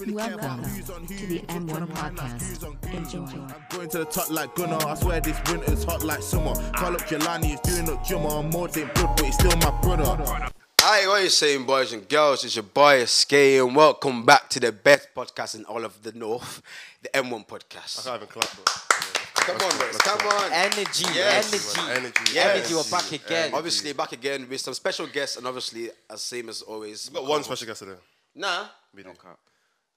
Really care Welcome about who's on who, to the who's M1 on mine, like who's on podcast. who. Enjoy. I'm going to the top like Gunnar. I swear this winter's hot like summer. Call up Jelani, he's doing up Jumma. I'm more than blood, but he's still my brother. Hi, what are you saying, boys and girls? It's your boy Skay, and welcome back to the best podcast in all of the North, the M1 podcast. can't even clap, bro. Come on, boys, come on. Energy, Yes. energy, Energy, yes. Um, energy. We're back again. Energy. obviously, back again with some special guests, and obviously, as same as always. We've got one special guest today. Nah. We do.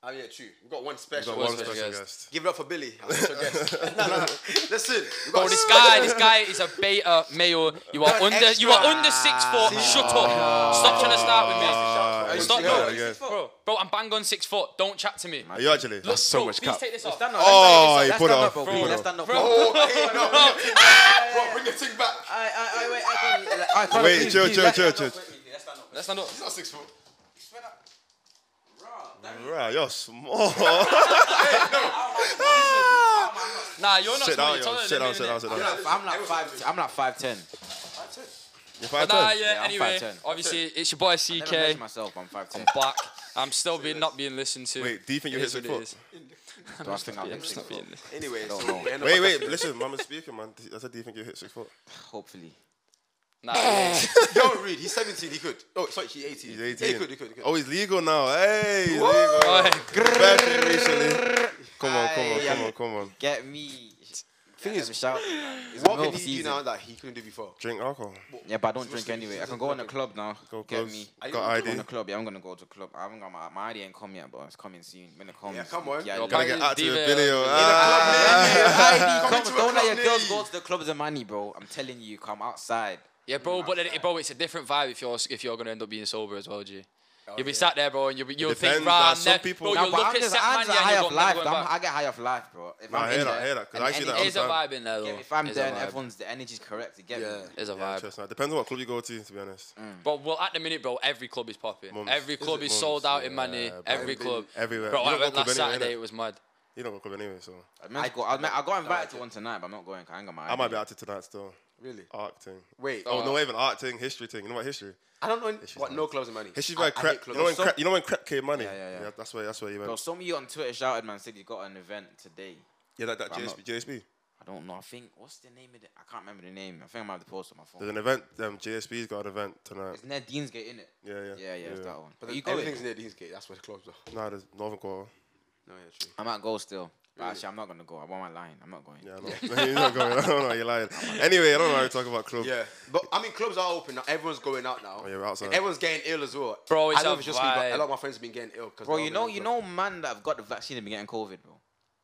Oh, yeah, true. We've got one special. We've got one guest. special guest. Give it up for Billy, our special guest. no, no, no. Listen. we've got Bro, Oh, this guy, this guy is a beta male. You are under, you are under six foot. Shut up. Stop trying to start with me. Uh, Stop, yeah, no. yeah. Bro, bro, I'm bang on six foot. Don't chat to me. Are you actually? Look, so bro, much please cap. take this off. Stand up, Oh, let's he put stand it up, off, bro. he put it Let's off. stand up. Oh, hey, no, no. Ah, bro, bring your thing back. I, I, I, wait, I can't. Like, I can't Wait, please, chill, please, chill, let's chill, stand up. chill. Let's stand up. He's not six foot. Right, you're small. Nah, you're not sit small. down, You're yo. taller Sit than me, down, sit down, innit? sit down. I'm like five. I'm like five ten. You're 5'10"? But Nah, yeah. yeah, Yeah, I'm anyway, 5'10". obviously, it's your boy Never measure CK. myself. I'm five ten. I'm back. I'm still being, not being listened to. Wait, do you think you It hit is what six it foot? is. Do I think I'm I'm six just foot? being listened Anyway, don't so know. we end up Wait, at wait, listen, man, I'm speaking, man. I said, do you think you hit six foot? Hopefully. Nah, yeah. the- Don't read. He's 17. He could. Oh, sorry, he's 18. He's Yeah, 18. he could. He could. He could. Oh, he's legal now. Hey, he's legal. Oi. Bad thing recently. Come on, come on, Aye. come on, come on. Get me. Thing is, shout. What can milk he do season. now that he couldn't do before? Drink alcohol. Yeah, but I don't drink anyway. I can go in the club now. Go Get close. me. Are you Got on Go in ID. the club. Yeah, I'm gonna go to the club. I haven't got my my ID ain't come yet, but it's coming soon. When it comes. Yeah, come on. Yeah, Yo, look. Gotta get out to the Diva. video. club, Ah. man. Coming ID, come, to a don't club let your near girls you. go to the clubs and money, bro. I'm telling you, come outside. Yeah, bro, but it, bro, it's a different vibe if you're if you're gonna end up being sober as well, G. Oh, you'll be sat there, bro, and you'll be, you'll depends, think, rah, uh, some ne- people- bro, Nah, you'll but look I'm at just, set I'm money just and high you'll off go, never life. going I'm, back. I get high off life, bro. If Nah, I I'm hear in that, I there, hear that, 'cause and- I see that and it all is It's a the time. vibe in there, though. Yeah, if I'm It's a there and vibe. everyone's the energy's correct, you get Yeah. me. It's a Yeah, vibe. trust me. It Depends on what club you go to, to be honest. But well, at the minute, bro, every club is popping. Mums. Every Is club it? is sold Mums, out in Mani. yeah, bro. every Every- club. everywhere. Bro, You I don't went go last club anyway, Saturday. innit? It was mad. You don't go club anyway, so I, meant to go, I, meant, I got invited to one tonight, but I'm not going. 'cause I ain't got my I might ID. be out to tonight still. Really? Art thing. Wait. uh, Oh, Oh. no, even art thing, history thing. You know what history? I don't know what no clubs are money. History's I- where I crep. hate You clubs. know when So- crep. You know when crep came money. Yeah, yeah, yeah. That's where. That's where you went. Bro, some of you on Twitter shouted, man, said you got an event today. yeah, that, that I'm JSB. not- JSB. I don't know. I think, what's the name of it? I can't remember the name. I think I might have to post it on my There's phone. an event. Um, JSB's got an event tonight. It's near Deansgate, innit? Yeah, yeah. Yeah, yeah, it's that one. But Are then you everything's going? near these gates. That's where the clubs are. Nah, there's Northern Quarter. No, yeah, true. I might go still. But actually, I'm not going to go. I want my line. I'm not going. Yeah, I know. you're not going. I don't know. You're lying. Anyway, I don't know how you talk about club. Yeah, but I mean, clubs are open now. Everyone's going out now. Oh, yeah, we're outside. And everyone's getting ill as well. Bro, it's I don't know a if just me, but a vibe. lot of my friends have been getting ill. 'cause Bro, they're you all know, in you the club. know, man, that have got the vaccine and been getting COVID, bro.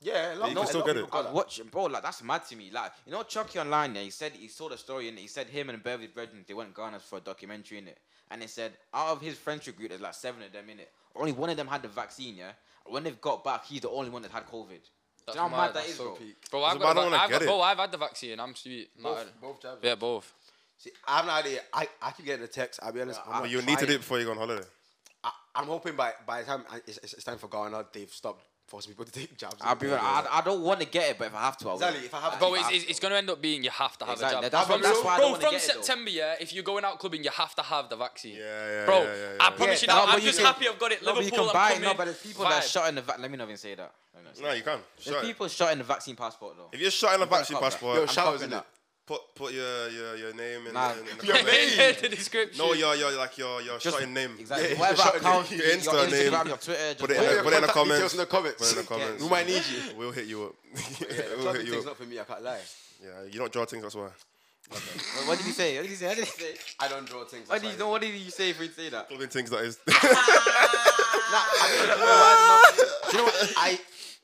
Yeah, a lot. You no, can a still lot get of it. people I got was that. watching, bro. Like that's mad to me. Like you know, Chucky online. Yeah, he said he saw the story and he said him and Beverly Brethren they went Ghana for a documentary in it, and they said out of his friendship group, there's like seven of them in it. Only one of them had the vaccine. Yeah, when they've got back, he's the only one that had COVID. Do you That's know how mad mad, that that's is, So bro. peak. Bro, I've but I got, don't the vac- wanna I've get got, it. bro, I've had the vaccine. I'm sweet. Nah, Both, both jabs. Yeah, both. See, I have no idea. I, I keep getting the text. I'll be honest. I'm But not you need to do trying. it before you go on holiday. I, I'm hoping by by the time I- it's, it's it's time for Ghana, they've stopped forcing people to take jabs. I'll be real. I, I don't want to get it, but if I have to, I will. Exactly, if I have to. Bro, But it's, I- it's, it's going to end up being you have to have Exactly, a jab. that's what- Bro, that's why I don't bro, wanna from get it, though. September, yeah, if you're going out clubbing, you have to have the vaccine. Yeah, yeah, Bro, yeah, yeah, yeah. I promise Yeah, you no, that. but I'm you just can- happy I've got it. No, but you can Liverpool, I'm buy it. coming. No, but there's people that Vibe. shot in the vac. Let me not even say that. Let me not say No, that. you can. There's Shut it. people shot in the vaccine passport though. If you're shutting a gotta vaccine cop that. passport, Yo, I'm showers copping in it. that. Put put your your, your name in, Nah. in, in the Your comment. Read the description. No, your your like your your Just- shutting name. Exactly. Yeah. Whatever Shutting account, name. your Instagram, your, Twitter, just Put it in the- put it in the Contact details comments. in the comments. Put it in the comments. We might need you. We'll hit you up. we'll Clubbing hit you thing's up. not for me. I can't lie. Yeah, you don't draw things, that's why. What- What did you say? What did you say? What did you say? I don't draw things. What that's did you, why. no, what did you say if we say that? Clubbing things that is. Do you know what? I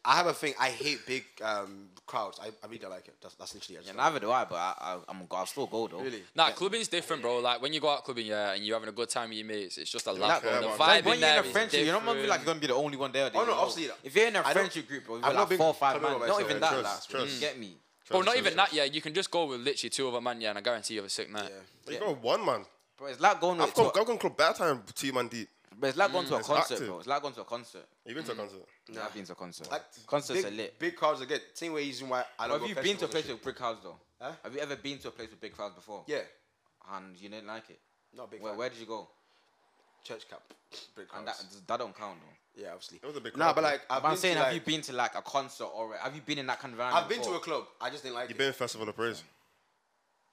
I have a thing. I hate big um, crowds. I, I really don't like it. That's, that's literally it. Yeah, neither do I, but I, I, I'm, I'll still go though. Really? Nah, clubbing's different, bro. Like when you go out clubbing, yeah, and you're having a good time with your mates, it's just a Like, laugh. bro. The man. vibe when in you're there in a is friendship, you're not gonna be like you're different. gonna be the only one there. there Oh, no, you know. obviously not. If you're in a don't- friendship group, bro, you've I've got not like been four or five coming man. over Not myself. even that, Trust, like, you trust. get me? Bro, not even that. Yeah, you can just go with literally two other man. Yeah, and I guarantee you have a sick night. You got one man. Bro, it's like going I've with. gone, to a- I've gone club bad time two man deep. bro, it's like going to a concert, active. bro. It's like going to a concert. You been to a concert? Yeah, I've been to a concert. Like, Concerts big, are lit. Big crowds are good. Same way reason why I don't. Have go you been to a festivals place and with big crowds though? Huh? Have you ever been to a place with big crowds before? shit. And you didn't like it. Yeah, not a big. Where, fan. where did you go? Church camp. Big And crowds. that, that don't count though. Yeah, obviously. It was a big Nah, crowd, but though. like I've I'm been saying, to, have like- you been to like a concert or have you been in that kind of environment? I've been to a club. before? I just didn't like You've it. been Festival of Praise.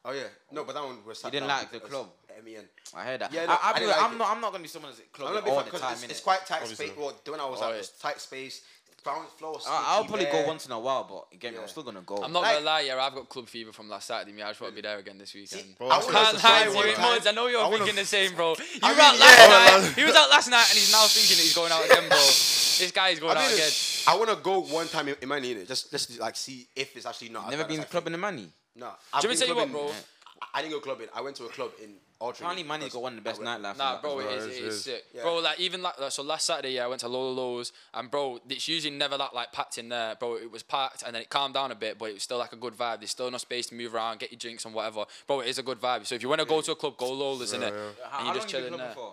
Oh yeah, no, but that one was. You didn't like the club? Men. I heard that. Yeah, Yeah, no, I, I I, didn't like am it. not. I'm not gonna be someone that's at club I'm not all big the because time. it's, it's innit? quite tight Obviously. space. Well, when I was at yeah. this tight space, ground floor. I, I'll sneaky probably bare. go once in a while, but again, Yeah. I'm still gonna go. I'm not Like- gonna lie, yeah, I've got club fever from last Saturday. Me, I just want to be there again this weekend. Bro, I that's would what like Can't to lie try to one you, time. Mons. I know you're wanna- thinking the same, bro. You were mean, out yeah. last night. He was out last night, and he's now thinking that he's going out again, bro. This guy is I, going mean, out again. it's- I want to go one time in, in my unit, just just to, like see if it's actually not. as Never bad been as to I club in think. the money. No, I've Do you been tell you what, clubbing. bro? I, I didn't go clubbing. I went to a club in Ultra. Apparently, money's got one of the best nightlife. Nah, bro, it Bro, is, it is, it it is is. sick. Yeah. Bro, like even like so last Saturday, yeah, I went to Lola Lowe's and bro, it's usually never like like packed in there, bro. It was packed and then it calmed down a bit, but it was still like a good vibe. There's still enough space to move around, get your drinks and whatever. Bro, it is a good vibe. So if you want to go to a club, go Lola's in it. How, And how you long just you been chill in clubbing there.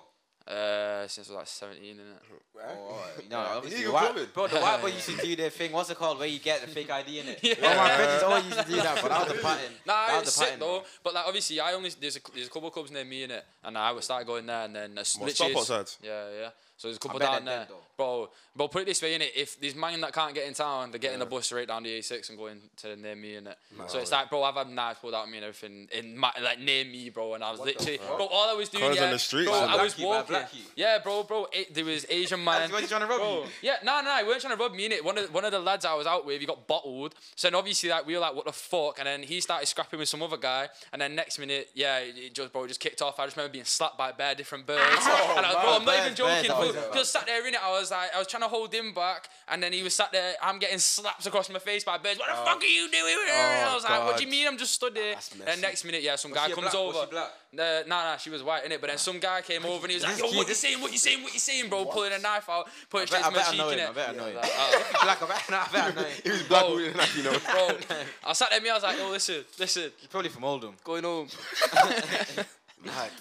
for? Uh, since I was like 17, innit? Oh, alright. no, obviously, Illegal the white, clubbing. bro, the white boy used to do their thing. What's it called? Where you get the fake ID in it? Yeah. Well, my friends always used to do that, but that was a pattern. Nah, that it's was a sick pattern. though. But like obviously, I only there's a, there's a couple of clubs near me in it, and I would start going there, and then there's What, literally- stop outside? Yeah, yeah. So there's a couple bet down they're there, dead, though. bro. But put it this way, innit? If these man that can't get in town, they're getting the bus right down the A6 and going to the near me in it. So it's like, bro, I've had knives pulled out of me and everything in my, like near me, bro. And I was literally, bro, all I was doing, Colours on yeah, the streets, bro, man. I was Blackie, man, walking. Blackie. Yeah, bro, bro. It, there was Asian man. He was trying to rob Bro, you. yeah, no, no, he weren't trying to rub me in it. One of one of the lads I was out with, he got bottled. So then obviously, like we were like, what the fuck? And then he started scrapping with some other guy. And then next minute, yeah, it, it just bro it just kicked off. I just remember being slapped by a bear, different birds. and I, bro, I'm not Oh, even Bears, bears, joking. that bro, was it, man. just sat there in it. I was like, I was trying to hold him back, and then he was sat there. I'm getting slaps across my face by birds. What Oh. the fuck are you doing? and I was like, what do you mean? I'm just stood here. That's And messy. next minute, yeah, some guy she a comes black- was over. she black? Nah, nah, nah, she was white, innit? But then some guy came over and he was like, This yo, kid- what you this- saying? What you saying? What you saying, bro? Pulling a knife out, putting it I straight to my bet I cheek, know him. I innit? bet I know him. Oh, Black, I bet I bet I know him. He's black, Bro. we didn't like, you know. bro, I sat there, me, I was like, yo, listen, listen, He's probably from Oldham. going home. Mad.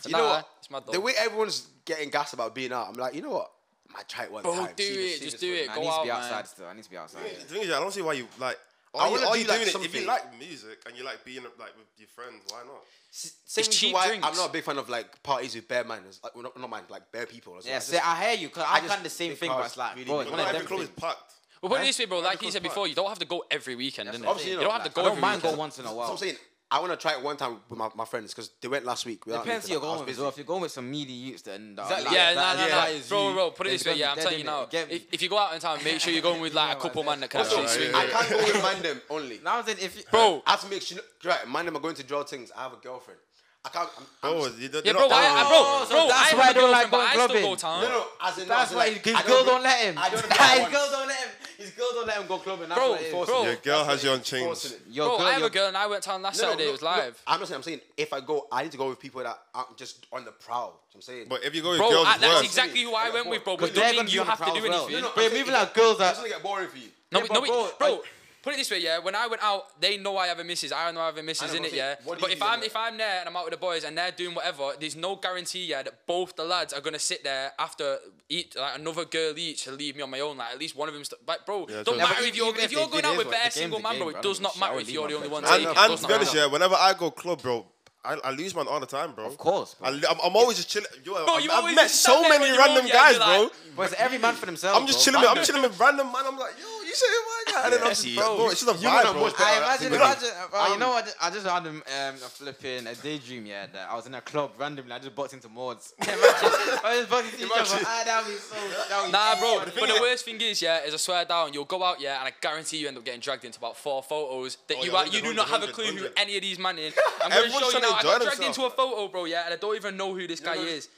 You Nah, know what? It's my dog. The way everyone's getting gassed about being out, I'm like, you know what? I might try it one Bro, time. do see this it, shit. just do it, I go need to out, be outside man. still. I need to be outside. The thing is, yeah, I don't see why you like. I Are you, wanna are do, you like, doing it? If something. you like music and you like being like with your friends, why not? Same It's reason cheap why drinks. I'm not a big fan of like parties with bare man. It's Like, well, not, not man, like bare people. as well. Yeah, I see, just- I hear you, because I I've just done the same think thing, I but was it's like, really bro, it's good. one Not of every them. club is things. packed. Well, put it this way, bro, like he because said before, part- you don't have to go every weekend, innit? obviously You not, don't have to like, go I I don't every mind weekend. going once in a That's what while. I'm saying. I want to try it one time with my, my friends because they went last week. without me, Depends 'cause who I you're was going with. busy. So if you're going with some meaty youths, then Exactly. Yeah, Like, that- nah, nah, yeah, nah. that is Bro, bro, put it Then this way, it's yeah, gonna I'm be telling you dead, innit? now. Get me. If, if you go out in town, make sure you're going with like a Yeah, couple man. man that can Also, actually yeah, swing. yeah, with. I can't go with man them only. Now then, if you, Bro, I have to make sure. Right, man them are going to draw things. I have a girlfriend. I can't. I'm, I'm Bro, just- you don't- Yeah, they're bro, not I, down I, with bro, it. Oh, so bro, that's I why I have a don't like girlfriend, but going I still go clubbing. town. no, no. As in, That's as in, why like, his I girl go- don't let him. I don't His want- girl don't let him. His girl don't let him go clubbing. That's Bro, what it is. bro. Your girl has you on Forcing chains. it. Your bro, girl- I have your- a girl and I went town last No, no, Saturday. no, it was no, live. I'm not saying. I'm saying if I go, I need to go with people that I'm just on the prowl. Do you know what I'm saying. But if you go with Bro, girls, I- it's that's worse. exactly who I went with, bro. But they're don't gonna mean be you on the have to prowl do as well. anything. No, I'm But saying maybe if- like girls It's that- gonna get boring for you. No, Yeah, but- no, but but- bro, bro. I- put it this way, yeah. When I went out, they know I have a missus. I know I have a missus know, in but it, see, yeah. what do But you if do then, I'm yeah? if I'm there and I'm out with the boys and they're doing whatever, there's no guarantee, yeah, that both the lads are gonna sit there after each like another girl each to leave me on my own. Like at least one of them. St- like, bro, Yeah, don't so- matter Yeah, if but you're even if, if you're they going did, out bro, with the bare game's single the man, game, bro. bro. I It don't does give a not shit. I matter would if leave you're my the only friends one alone. And, taking. it. and does to not be honest, matter. yeah, whenever I go club, bro, I, I lose my all the time, bro. Of course, bro. I, li- I'm, I'm always just chilling. Yo, Bro, I've, you I've always met just so stand there many with your random own gang, guys, you're bro. like- But it's every man for themselves. I'm just bro. chilling. With, I'm chilling with random man. I'm like, yo, you say why? guy? And then I'm just, see, bro, it's just a you man are vibe, bro. much I better at imagine, it. imagine uh, you know what? I just had um, um, a flipping a daydream. Yeah, that I was in a club randomly. I just bumped into Mords. Imagine, I just bumped into each other. Ah, that would be so. That would be Nah, so bro. funny. But the worst thing is, yeah, is I swear down, you'll go out, yeah, and I guarantee you end up getting dragged into about four photos that Oh, you yeah, are, you do 100, not have a 100, clue who 100. any of these men is. I'm gonna Everyone's show you trying to now. I enjoy got dragged themselves. into a photo, bro, yeah, and I don't even know who this guy is.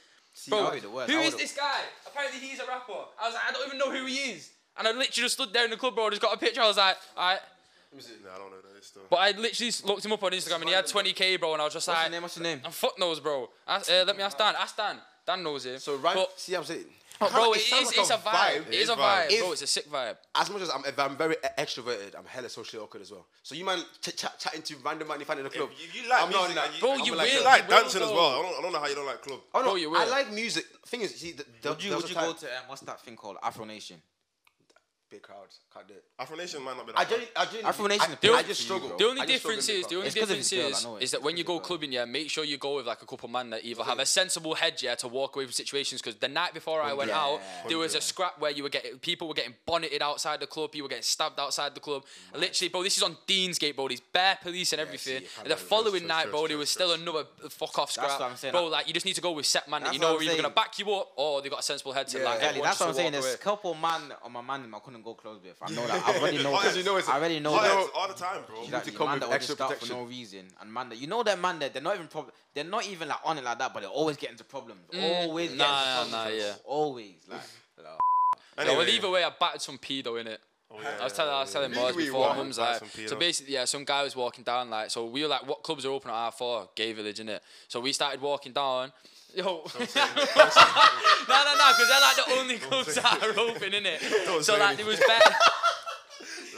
Bro, that'd be the worst. who I is would've- this guy? Apparently he's a rapper. I was like, I don't even know who he is. And I literally just stood there in the club, bro. I just got a picture. I was like, alright. Nah, I don't know this stuff. But I literally s- looked him up on Instagram and he had 20k, bro. And I was just What's your like, name? What's your name? and fuck knows, bro. Ask- uh, let me ask Dan. Ask Dan. Dan knows him. So right, But- see, what I'm saying, but bro, it sounds is. like It's a vibe. It is a vibe, If- bro. It's a sick vibe. As much as I'm, if I'm very e- extroverted, I'm hella socially awkward as well. So you man ch- ch- chatting to random man you find in the club. you- you like I'm not music in that. and you- Bro, I'm you like, will. You that. like Will, dancing as though. well. I don't, I don't know how you don't like club. Oh no, Bro, you I will. like music. Thing is, see, the, the, Would you, there would was you a go time- to um, what's that thing called? Afro Nation. Big crowds. Can't do it. Afro Nation might not be that. I bad. don't. I don't. Afro Nation I, is I just perfect for you, struggle. bro. The only I just struggle difference with is it, the only It's 'cause of difference his girl, I is know it. is that when you go clubbing, yeah, make sure you go with like a couple man that either have a sensible head, yeah, to walk away from situations. Because the night before I went out, there was a scrap where you were getting people were getting bonneted outside the club, people were getting stabbed outside the club. Literally, bro, this is on Deansgate, bro. These bare police and everything. see, I and the can't following trust, night, trust, bro, trust, there was still trust. another uh, fuck That's off scrap, what I'm saying. bro. Like you just need to go with set man that That's you what know I'm are either gonna saying. back you up or they got a sensible head to Yeah. like. Exactly. Everyone That's what I'm wants to saying. walk There's a away. couple man on my man I couldn't go close with. I know that. I already know Because that. you know it's- I already know Hot that. heads all the time, bro. Like, to you come man with that will extra just go out for protection. no reason, and man that you know that man that they're not even prob- they're not even like on it like that, but they always get into problems. always, get nah, into nah, problems. yeah. always. Like, Yeah, well, either way, I battered some pedo in it. Oh, I was telling, I was telling Mars Really, we before. want Mum's to buy like, some so pedo. basically, yeah, some guy was walking down, like, so we were like, what clubs are open at R4? Gay Village, innit? So we started walking down. Yo, no, no, no, because they're like the only clubs that are open, innit? Don't So say like, there was better.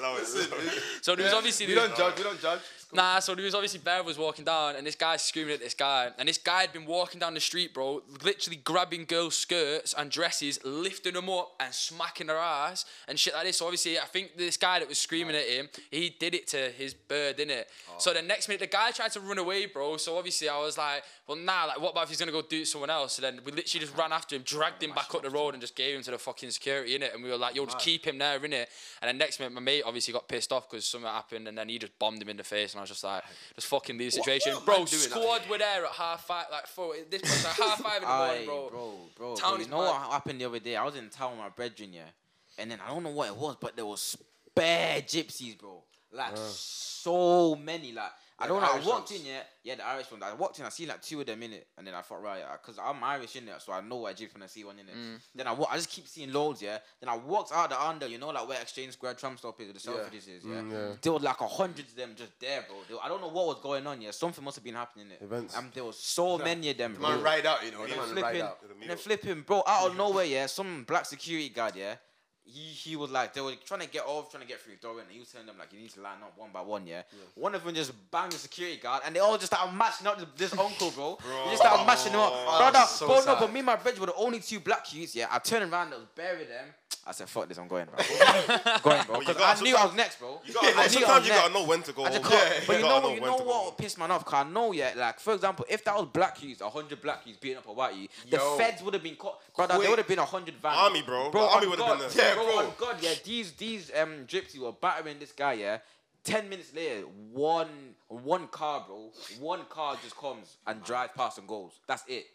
Love it. So there was obviously We there don't was- judge. We don't judge. Nah, so there was obviously Bev was walking down, and this guy's screaming at this guy, and this guy had been walking down the street, bro, literally grabbing girls' skirts and dresses, lifting them up and smacking their ass and shit like this. So obviously, I think this guy that was screaming at him, he did it to his bird, innit? So the next minute, the guy tried to run away, bro. So obviously, I was like, well, nah, like, what about if he's gonna go do it to someone else? So then we literally just ran after him, dragged him back up the road, and just gave him to the fucking security, innit? And we were like, yo, just keep him there, innit? And then next minute, my mate obviously got pissed off because something happened, and then he just bombed him in the face, and I was just like, just fucking leave the situation. what am I bro, doing squad were there at half five, like four, this was like half five in the Aye, morning, bro. bro, bro. Town bro, is you know mad. what happened the other day? I was in town with my brethren, yeah, and then I don't know what it was, but there was spare gypsies, bro. Like so many, like. I Yeah, don't the know. I Irish walked ones. in, yeah, yeah, the Irish ones. I walked in, I seen like two of them in it, and then I thought, right, because I'm Irish in there, so I know what I do when I see one in it. Mm. Then I, wa- I just keep seeing loads, yeah. Then I walked out the under, you know, like where Exchange Square tram stop is, or the Selfridges is, yeah. Mm, There were like a hundred of them just there, bro. They were- I don't know what was going on, yeah. Something must have been happening, it. Events. And there was so many of them, bro. Man, ride out. You know. And Man, they're ride flipping, out. and they're flipping, bro, out of nowhere, yeah. Some black security guard, yeah. He, he was like, they were trying to get off, trying to get through the door, and he was telling them, like, you need to line up one by one, yeah. One of them just banged the security guard, and they all just started matching up this this uncle, bro. They just started matching him up. Oh, Brother, so bro, no, sad. but me and my brother were the only two black youths, yeah. I turned around, I was buried them. I said, fuck this, I'm going, bro. going, bro. you Because gotta- I knew I was next, bro. You gotta know- I knew I was sometimes you next. gotta know when to go. I just home. can't. But you know gotta what? You when know to go home. what pissed man off? Cause I know yet. Like for example, if that was black youths, hundred black youths beating up a white youth, the Yo. feds would have been caught. Brother, there Quick. would have been hundred vans. Army, bro. The army on would have been God, there. Yeah, bro, bro. on God, yeah. These these um gypsies were battering this guy. Yeah. Ten minutes later, one one car, bro, one car just comes and drives past and goes. That's it.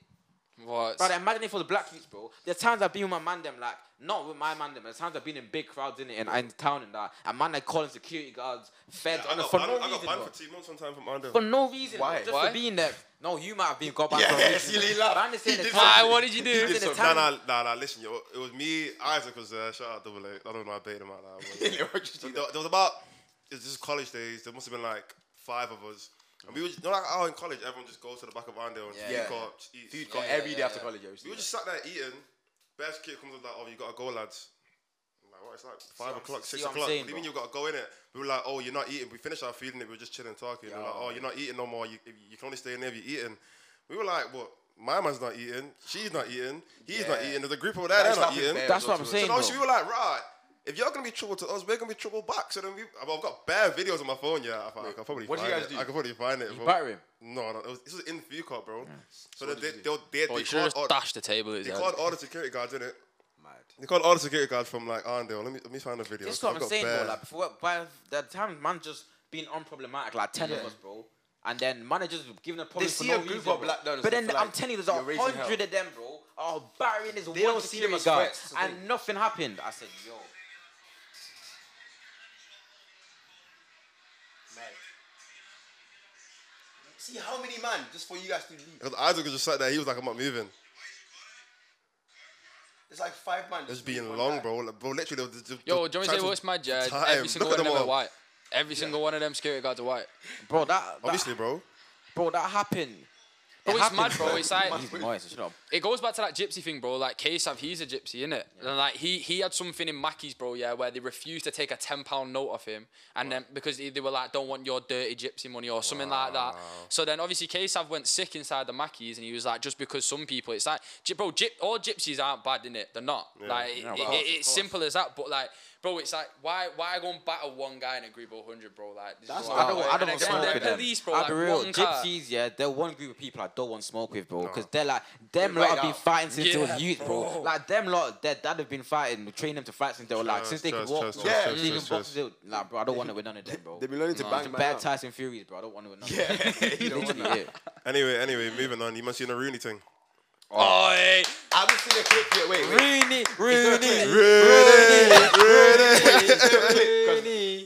What? Brother, imagine it for the black youths, bro. The times I've been with my man them, like not with my man them, the times I've been in big crowds in it and in town and that, and man, they calling security guards, feds, I on the got for no banned- I got reason, banned bro. for two months one time from Arden. For no reason. Why? Just Why? for being there. No, you might have been got back for a Yes, reason. you laugh. But I'm just saying He the did time- Why? What did you He do? did the Nah, time- nah, nah, nah, listen, yo. It was me, Isaac was there. Shout out Double A. I don't know, I baited him out. Nah, but- there, there was about, it was just college days. There must have been like five of us. And we were, just, you know, like how in college, everyone just goes to the back of Arndale and Yeah. yeah. food court, just eat. Dude, come yeah, every yeah, day after yeah. college. yeah, We see were just sat there eating. Best kid comes up like, oh, you gotta go, lads. I'm like, what? It's like five o'clock, six see what I'm o'clock. saying, what do you mean bro? you gotta go in it? We were like, oh, you're not eating. We finished our food and we were just chilling, talking. They were like, oh, you're not eating no more. You, if you- you can only stay in there if you're eating. We were like, what? My man's not eating. She's not eating. He's not Yeah. eating. There's a group over there. That's They're not not eating. fair. That's what I'm So saying. now we bro. were like, right, if you're gonna be trouble to us, we're gonna be trouble back. So then we, I've got bare videos on my phone. Yeah, I, thought I can probably. what did find you guys it. do? I can probably find it. You bro. batter him. No, no, it was, this was in the view court, bro. So they, they, they, they, Oh, Bro, they you should have called all- just dashed the table. at his they head. called all the security guards, didn't it? Mad. They called all the security guards from like Arndale. Let me let me find the video. This is 'cause what I've I'm got saying, bare- bro. Like before, by the time man just being unproblematic, like ten of us, bro. And then managers giving a problem for see no a group reason, of bro. black donors But that then feel I'm like telling you, you're there's a raising hell. hundred of them, bro, are barring this don't one see them security as guard, threats, I think. and nothing happened. I said, yo, See how many man just for you guys to leave. 'Cause Isaac was just sat there. He was like, I'm not moving. It's like five man. It's being long, bro. Like, bro, literally. The, the, the Yo, do you want me to chance say of what's my judge? time- Every single Look one at of them them are all. white. Every single one of them security guards are white. bro, that, that Obviously, bro. bro, that happened. But it's mad, happens, bro. It's like He's moist. Shut up. it goes back to that gypsy thing, bro. Like K-Sav, he's a gypsy, innit? And like he he had something in Mackey's, bro, yeah, where they refused to take a ten pound note off him, and then because they, they were like, don't want your dirty gypsy money or something like that. So then obviously K-Sav went sick inside the Mackey's, and he was like, just because some people, it's like, gy- bro, gyp, all gypsies aren't bad, innit? They're not. Like it- of it- course, it's simple as that. But like. Bro, it's like why why go and battle one guy and agree with hundred, bro? Like this That's is what what I Bro, don't, I don't want they're- smoke they're with them. police, bro. I'll like, be real. one car. Gypsies, yeah, they're one group of people I don't want smoke with, bro. Because they're like, them Right lot have been out. fighting since they Yeah, were youth, bro. bro. Like, them lot, their dad have been fighting, we trained them to fight since they were like, Trust, since they could trust, walk. trust, bro. trust, They trust, even trust, boxed it. Like, bro, I don't want it with none of them, bro. They've been learning to bang man Bad up. Tyson Furies, bro. I don't want it with none of them. Yeah, you don't want Literally, yeah. Anyway, anyway, moving on. You must seen the Rooney thing. Oh, hey. I've just seen a clip here. Wait, wait. Rooney, Rooney, Rooney.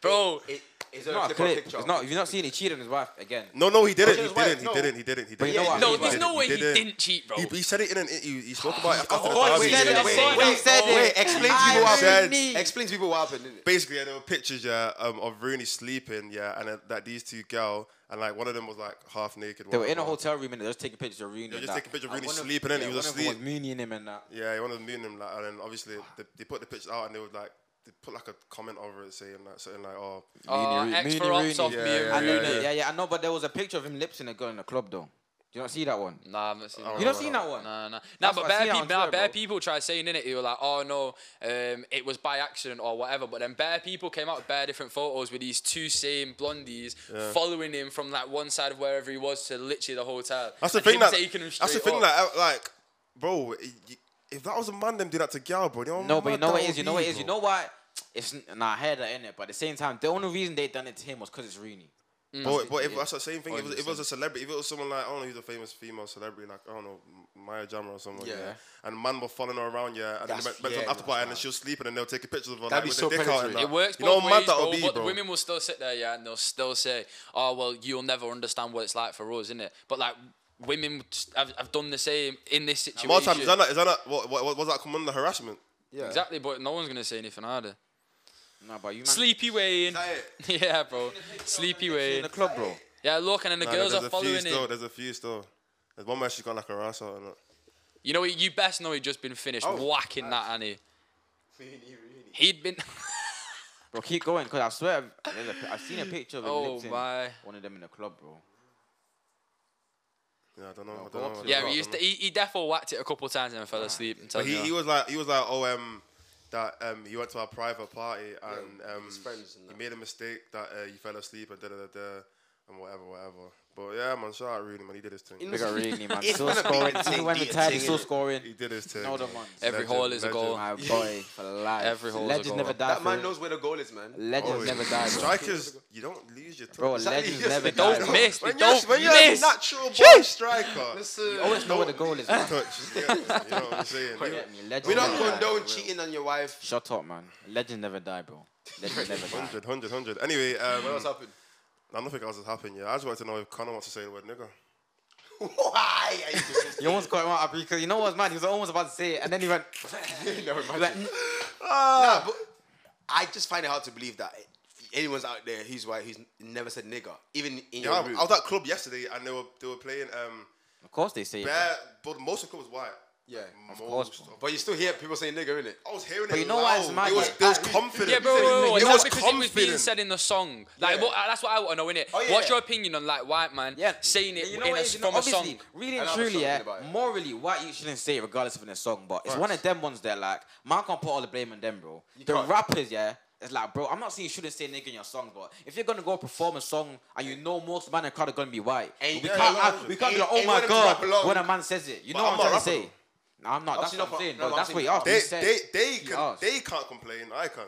bro. It, it's Not a or clip. picture? It's not. If you're not seeing it, cheating on his wife again. No, no, he didn't. Oh, so He it's didn't. white, He didn't. He didn't. He didn't. you know what? He No, No, didn't. He there's no way he didn't. didn't cheat, bro. Oh, He, he said it in an interview. He spoke about it after the course he derby. said it. yeah. Wait, wait, oh, He said it. Wait, explain to I people what said- happened. Explain to people what happened. innit? Basically, yeah, there were pictures yeah um, of Rooney sleeping yeah, and uh, that these two girl and like one of them was like half naked. They were in a whatever. hotel room and they were just taking pictures of Rooney. They were and just that. taking pictures of And Rooney one sleeping, innit? He yeah, was one of them asleep. was Mooney in him and that. Yeah, he wanted to moon him, like, and then obviously they, they put the pictures out and they would like they put like a comment over it saying like something like oh Oh, Rooney, X Rooney, for ops Rooney. off Yeah, me. yeah, And and then, Rooney. yeah, yeah, I know, but there was a picture of him lipsing a girl in a club though. Do you not see that one? Nah, I'm not seeing You that. not seen that one? Nah, nah. Nah, That's but what I bare, see on people, nah, Twitter, bare bro. people tried saying in it, they were like, oh no, um, it was by accident or whatever. But then bare people came out with bare different photos with these two same blondies following him from like one side of wherever he was to literally the hotel. that's the And thing him that taking him that's the straight thing like up. I- like bro i- y- if that was a man them do that to gal bro you know how No, but you mad know that what it would is. You know what be, it is. You bro? know what? It's n- nah, I heard that in it, but at the same time, the only reason they done it to him was because it's Rooney. Mm. But, but if that's the same thing, if it, was, if it was a celebrity, if it was someone like, I don't know who's a famous female celebrity, like, I don't know, Maya Jama or someone, yeah. Yeah. And man were following her around, yeah. And then they That's- went went to yeah, an that's after party and then mad. she was sleeping and they were taking pictures of her. That'd like, be with so their dick out and predatory. that. It works You know both how ways, mad that bro, would be, but bro. the women will still sit there, yeah, and they'll still say, "Oh well, you'll never understand what it's like for us, innit?" But like, women just have, have done the same in this situation. More times, is that not, is that not, what, what, what, was that come under harassment? Yeah. Exactly, but no one's gonna say anything either. No, but you man, Sleepy Wayne. that yeah, bro. Sleepy in Wayne. the club, bro. Yeah, look, and then the Nah, girls there's are a few following still, him. There's a few still. There's one man, she's got like her ass out and that. You know, you best know he'd just been finished whacking that, Annie. He'd been. Bro, keep going, because I swear I've, there's a, I've seen a picture of him Oh, lipsing my. one of them in the club, bro. Yeah, I don't know. I go don't up know. to yeah, I he, don't used to, know. he, he definitely whacked it a couple times and fell asleep. I'm telling He, you. he was like, he was like, oh, um, that um, he went to a private party and um, his friends and he that. made a mistake that uh, he fell asleep and da da da da and whatever, whatever. But yeah, man, shout out Rooney, man, he did his thing. Big up Rooney, man. It's Still gonna be scoring. the Even when thing, retired, the he's still thing. scoring. He did his thing. No, the man. Every hole is a goal. My boy, for life. Every hole is a Legends goal. never die. That for man real. knows Oh, where the goal is, man. Legends Always. never die. bro. Oh, Strikers, you don't lose your touch. Bro, Exactly, legends yes, never they die, don't bro. miss. They When you're, don't when you're miss. a natural born striker, Listen, Always know where the goal is, man. touch. You know what I'm saying? Forget me, legends we don't never die. condone cheating on your wife. Shut up, man. Legends never die, bro. Legends never die. 100, 100, 100. Anyway, um, What else happened? I don't think else has happened. Yeah, I just wanted to know if Connor wants to say the word nigger. Why are you doing You almost got him out, Abri, because you know what's mad? He was almost about to say it, and then he went. this? no, he imagine. went, "Mm." Nah, but I just find it hard to believe that anyone's out there who's white who's never said nigger, even in Yeah, I, your room. I was at club yesterday and they were they were playing um, Of course they say it. bare, but most of the club was white. yeah, Most course, bro. of- but you still hear people saying nigger, innit? I was hearing But it. you know loud. what's mad? It was, Like, it was I- confident. Yeah, bro, bro, bro. It That's was because it was being confident. said in the song. Like, Yeah. what, uh, that's what I want to know, innit? yeah, What's yeah. your opinion on like white man Oh, Yeah, saying it you know in what a, is, you know, from a obviously, song? Really And and I have a truly, song yeah, about it. morally, white you shouldn't say it regardless of the song, but it's one of them ones that like man can't put all the blame on them, bro. the can't. rappers, yeah. It's like, bro, I'm not saying you shouldn't say nigga in your song, but if you're gonna go perform a song and you know most man and crowd are gonna be white, Ain't- we yeah, can't, yeah, have- yeah. we can't be Ain't- like, oh ain't my wanna god, clap along. when a man says it, you know I'm what I'm not trying to rapping. say. No, I'm not. That's Obviously what I'm not- saying, no, bro. but That's I'm what saying you asked. They, You said- they, they, you can, asked. they can't complain. I can.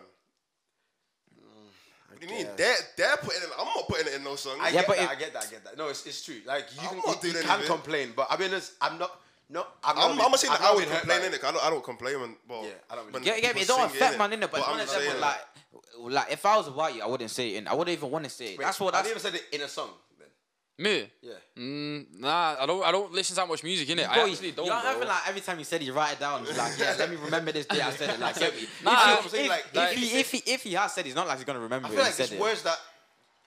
What do you mean? They're, they're putting it. I'm not putting it in no song. I Yeah, get but that. if- I get that. I get that. No, it's, it's true. Like you I'm can, not you, doing can anything. complain, but I mean, it's, I'm not. No, I'm not. I'm, I'm been- not saying I've that I not would been hurt complain by in it. I don't, I don't complain when. Well, Yeah, I don't really- when Yeah, yeah, but people it don't sing affect innit? man in it, but, it's I'm one of them saying with, like, like if I was white, I wouldn't say it, and I wouldn't even want to say it. Wait, that's what. I've That's never said it in a song. Then. Me? Yeah. Mm, nah, I don't. I don't listen to that much music, innit? I Bro, actually you- don't. You're bro. having like every time you said it, you write it down. It's like, yeah, let me remember this day I said it. Like, get me. Nah, if, I'm he, saying, if, like, if like- he, if he if he has said, it, it's not like he's gonna remember. I it, feel he like said it's it. words that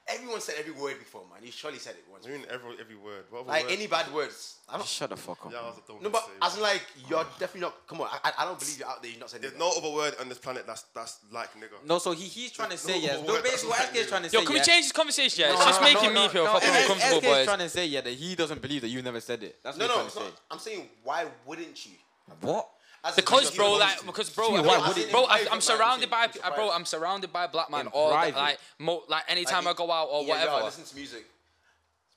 Everyone said every word before, man. You surely said it once. You mean every every word. What other Like word? any bad words. I don't, Shut the fuck up. Yeah, I also don't no, but say as that. in like you're definitely not. Come on, I, I- I don't believe you're out there. You're not saying There's that. no other word on this planet that's that's like nigga. No, so he, he's trying to say No, yes. but No, what- basically, what SK is trying to say Yo, can we yeah- change this conversation? Yeah, No, it's just no, no, making no, me feel no, fucking no, uncomfortable, SK is boys. trying to say yeah that he doesn't believe that you never said it. That's No, what no, he's it's trying not. to say. I'm saying why wouldn't you? What? As in, Because you're bro, not like honest. because bro, Gee, I- why would it- bro, In I, private, I'm man, surrounded by it's in bro, private. I'm surrounded by black man In all the, private. like mo, like anytime I Like, go out or yeah, whatever. Yeah, I listen to music.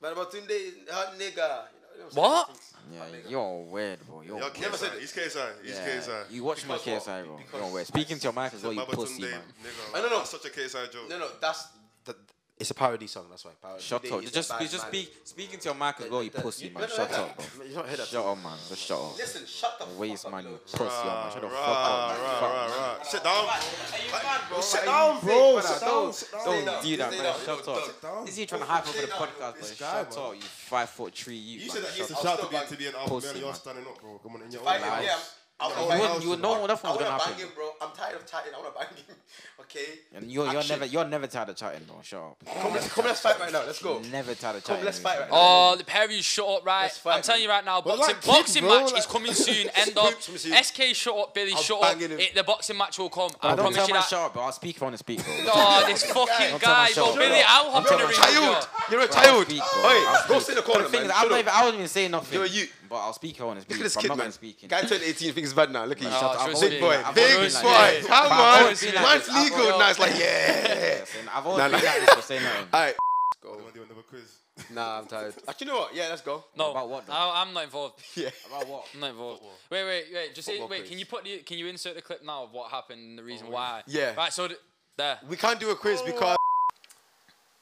Man, about Tunde, hot nigga. You know, you know I'm What? saying? Yeah, Hot nigga. you're weird, bro. You're Yo, weird. KSI. said He's KSI. He's Yeah, KSI. You watch my Because KSI, what? bro. Because You're weird. I Speaking to your mic as Said well, you Baba pussy, Tunde, man. nigga. I don't Like, know. That's such a KSI joke. No, no, that's the, it's a parody song. That's why. Parody. Shut Tunde up. is a Just, bad just man. speak, speaking to your mic as well, you pussy, man. don't Shut hear up, that. bro. You don't hear that. Shut up, man. Just shut up. Listen, shut the Waste, fuck man. up, You yo. pussy, man. Shut the fuck Rah, up. rah, rah, rah. Sit down. Are you mad, bro? Sit down, bro. Sit down. Don't, Sit don't down. do that, Sit man. down. Shut Sit up. down. Is he trying to hype up for the Sit down, yo. podcast, This bro? Shut up, you five foot three, you. You man. said that you Shut used to up. shut shout to up, be, man. to be an album, Pussy, oh, man. You're man. standing up, bro. Come on, in your Fight own him, Lies. yeah. house. I You wanna know, fight him. you wouldn't- you would know what the fuck I was gonna wanna happen. bang him, bro. I'm tired of chatting. I wanna bang him. Okay. And you're, you're Action. never, you're never tired of chatting, though. Shut up. Come, let's, come, let's fight right now. Let's go. Never tired of Come, chatting. let's with fight you, right man. Oh, the pair of you shut up, right? That's fine, I'm telling you right now, But boxing, like, boxing kid, bro, match like- is coming soon. End of Coming soon. SK, shut up, Billy, I'll shut bang up. it in. It- the boxing match will come. I Oh, don't promise tell you my that. shut up, bro. I'll speak if I want to speak, bro. Oh, this fucking Don't tell my guy, yo, shut up. Billy, how Don't have tell you my read shut your- You're a Bro, I'll speak, bro. I'll Hey, go speak. sit in the But corner, the thing man. is, I'm Shut not up. even, I wasn't even saying nothing. You're you. But I'll speak if I want to speak. Look at this but kid, I'm not man. gonna speak. in- Guy turned 18, thinks he's bad now. Look at Oh, you. I've always Big been boy. like- I've Big always boy. been like this. Come But I've on. always been like Man's this. I've legal always- now. It's like, yeah. And I've always Nah, been nah. like this for saying nothing. All right. You wanna do another quiz? Nah, I'm tired. Actually, you know what? Yeah, let's go. No, About what, though? I, I'm not involved. About what? I'm not involved. Wait, wait, wait. Just Football wait. quiz. Can you put the? Can you insert the clip now of what happened and the Oh, reason why? Yeah. Right. So th- there. We can't do a quiz because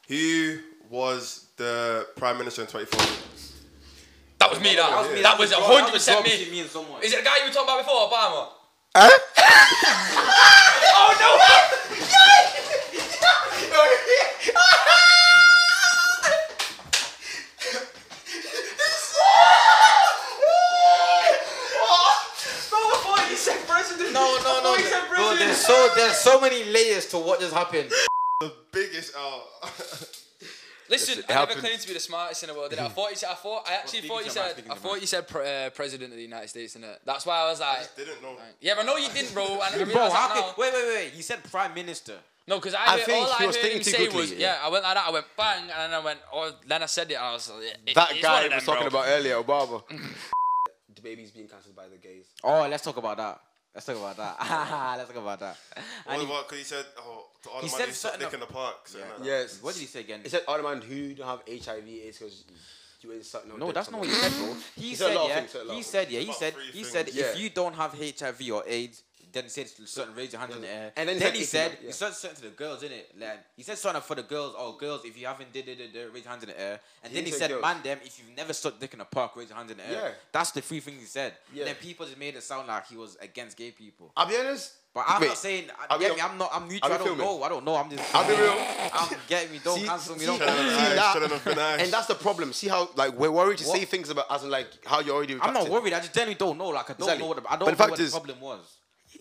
Who was the prime minister in 2014? That was me. That. me. That was a hundred percent obviously me. Me and someone. Is it the guy you were talking about before, Obama? No, no, no. Bro, there's so there's so many layers to what just happened. The biggest oh. L. Listen, Listen, it I never happens. claimed to be the smartest in the world. Did I? I thought you said. I thought. I actually speaking thought to you a man, said. speaking I to a thought you said pre- uh, president of the United States, innit? That's why I was like. Didn't know. Yeah, but no, you didn't, bro. And I realised Bro, that how now. could wait, wait, wait? He said prime minister. No, because I, I heard- think all he I was heard thinking him too say quickly, was, yeah. yeah. I went like that. I went bang, and then I went. Oh, then I said it, and I was. Like, it- that it's one guy of them, was talking bro. about earlier, Obama. the baby's being cancelled by the gays. Oh, let's talk about that. Let's talk about that. let's talk about that. And Only he- what? Because he said, oh, to all He the said money, certain stop dick in of- the park. something like that. Yes. what did he say again? He said, "All the man who don't have HIV is because you ain't sucking no." No, dick that's or not what something." he He said a said, bro. He, said, lot of yeah. things, said a lot he of said, yeah. He About said, three he things. said, Yeah. if you don't have HIV or AIDS, then he said certain raise your hand in the air. And then he said if eh. he you said, don't- yeah. he said certain to the girls, innit? Like, he said something for the girls. Oh, girls, if you haven't did it, did it, raise your hands in the air. And then didn't he say said, girls. man, them, if you've never stuck dick in a park, raise your hands in the air. Yeah. That's the three things he said. Yeah. And then people just made it sound like he was against gay people. I'll be honest. But I'm Wait, not saying. are I, we get on- me, I'm not. I'm neutral. we I don't filming? know. I don't know. I'm just. I'll be real. I'm get me. Don't See- cancel me. see- Don't Shut cancel Chilling me. on See ice, that? chilling on thin ice. And that's the problem. See how like we're worried to say What? things about as in like how you're already. I'm not reacting. worried. I just genuinely don't know. Like I don't Exactly. know what the, I But don't the know fact what the is- problem was.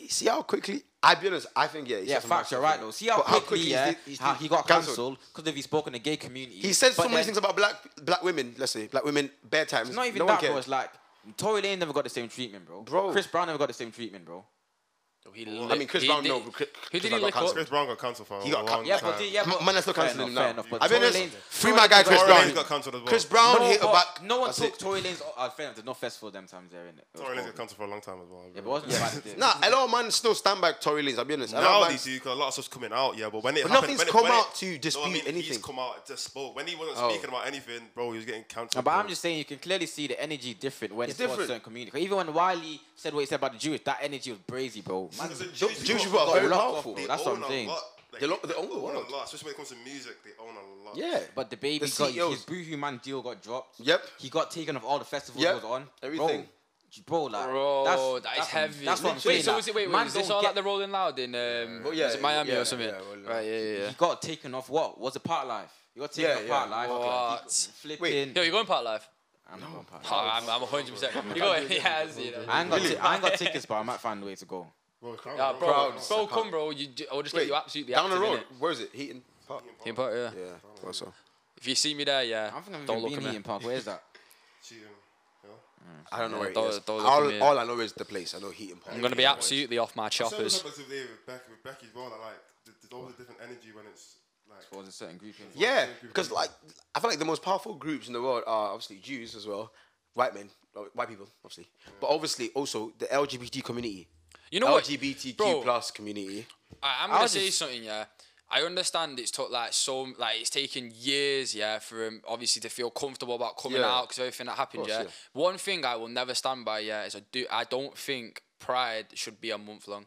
See how quickly. I'll be honest. I think yeah. it's Yeah, just a matter facts. You're of- right though. See how But quickly, he's yeah, the- he's how the- he got cancelled. cancelled because if he spoke in the gay community, He said so But many then- things about black black women. Let's say black women bare times. It's not even no one that, cares. bro. It's like Tory Lane never got the same treatment, bro. Bro. Chris Brown never got the same treatment, bro. He I mean, Chris he Brown, did- no. but Chris, Who Chris did he Brown got lick up? cancelled. Chris Brown got cancelled for He a got long cut- Yeah, time. but yeah, M- but man, that's not fair cancelling enough, him fair now. enough, but I've been Tory honest, Lanez- free my guy Tory Chris Lanez Brown. got cancelled as well. Chris Brown no, hit her but back. No one That's took it. Tory Lane's. Uh, fair enough. The no festival them times there, innit? Tory Lanez got cancelled for a long time as well. Yeah, but it bro. wasn't bad. dude. Nah, a lot of man still stand back Tory Lanez. I'll be honest. A lot of Now man- these do 'cause a lot of stuff's coming out, yeah. But when it But happened, nothing's when it- come when it- out to No, I dispute mean, He's anything. come out to spoke. When he wasn't Oh. speaking about anything, bro, he was getting No, cancelled. But bro. I'm just saying, you can clearly see the energy different when It's it's, different. towards certain community. Even when Wiley said what he said about the Jewish, that energy was brazy, bro. Man, Because the Jewish people are got very locked off, powerful. bro. They That's what own I'm a saying. lot. Like, They lo- they own the world. a lot, especially when it comes to music. They own a lot. Yeah. But the baby The got CEOs. his Boohoo Man deal got dropped. Yep. He got taken off all the festivals Yep. he was on. Everything. Bro, bro like Bro, that's, that's, that's heavy. That's what I'm wait, saying. so like, was it? Wait, wait, man was this don't all get- at the Rolling Loud in? Um, Well, yeah, was it Miami yeah, or something? yeah, Rolling Loud. right, yeah, yeah. yeah. He got taken off. What was it? Part life. He got taken Yeah, off yeah. part life. What? Flipping. Wait, Yo, you going part life? I'm not going part Oh, life. I'm, I'm 100. percent You going? Yeah, I see that. I ain't got, ti- I ain't got tickets, but I might find a way to go. Bro, Yeah, bro, Crowds bro, apart. come, bro. You, ju- I'll just get Wait, you absolutely down the active, road. innit? Where is it? Heaton. Park. Ian Park, yeah. Yeah, also. If you see me there, I yeah, don't think I've don't even look been at here me. in Park. Where is that? Cheating. You know? I don't know where it don't- is. don't look at me. all, all I know is the place. I know Heaton Park. I'm gonna be absolutely off my So it choppers. happens with David Beck, with Becky as well. That like, th- there's always a different energy when it's like. Towards a certain group. innit? Yeah, because like I feel like the most powerful groups in the world are obviously Jews as well, white men, uh, white people, obviously, but obviously also the LGBT community, You know what, LGBTQ bro? plus community. I, I'm I gonna was say just- something, yeah. I understand it's took like so, like it's taken years, yeah, for him obviously to feel comfortable about coming Yeah. out because everything that happened, course, yeah. yeah. One thing I will never stand by, yeah, is I do, I don't think Pride should be a month long.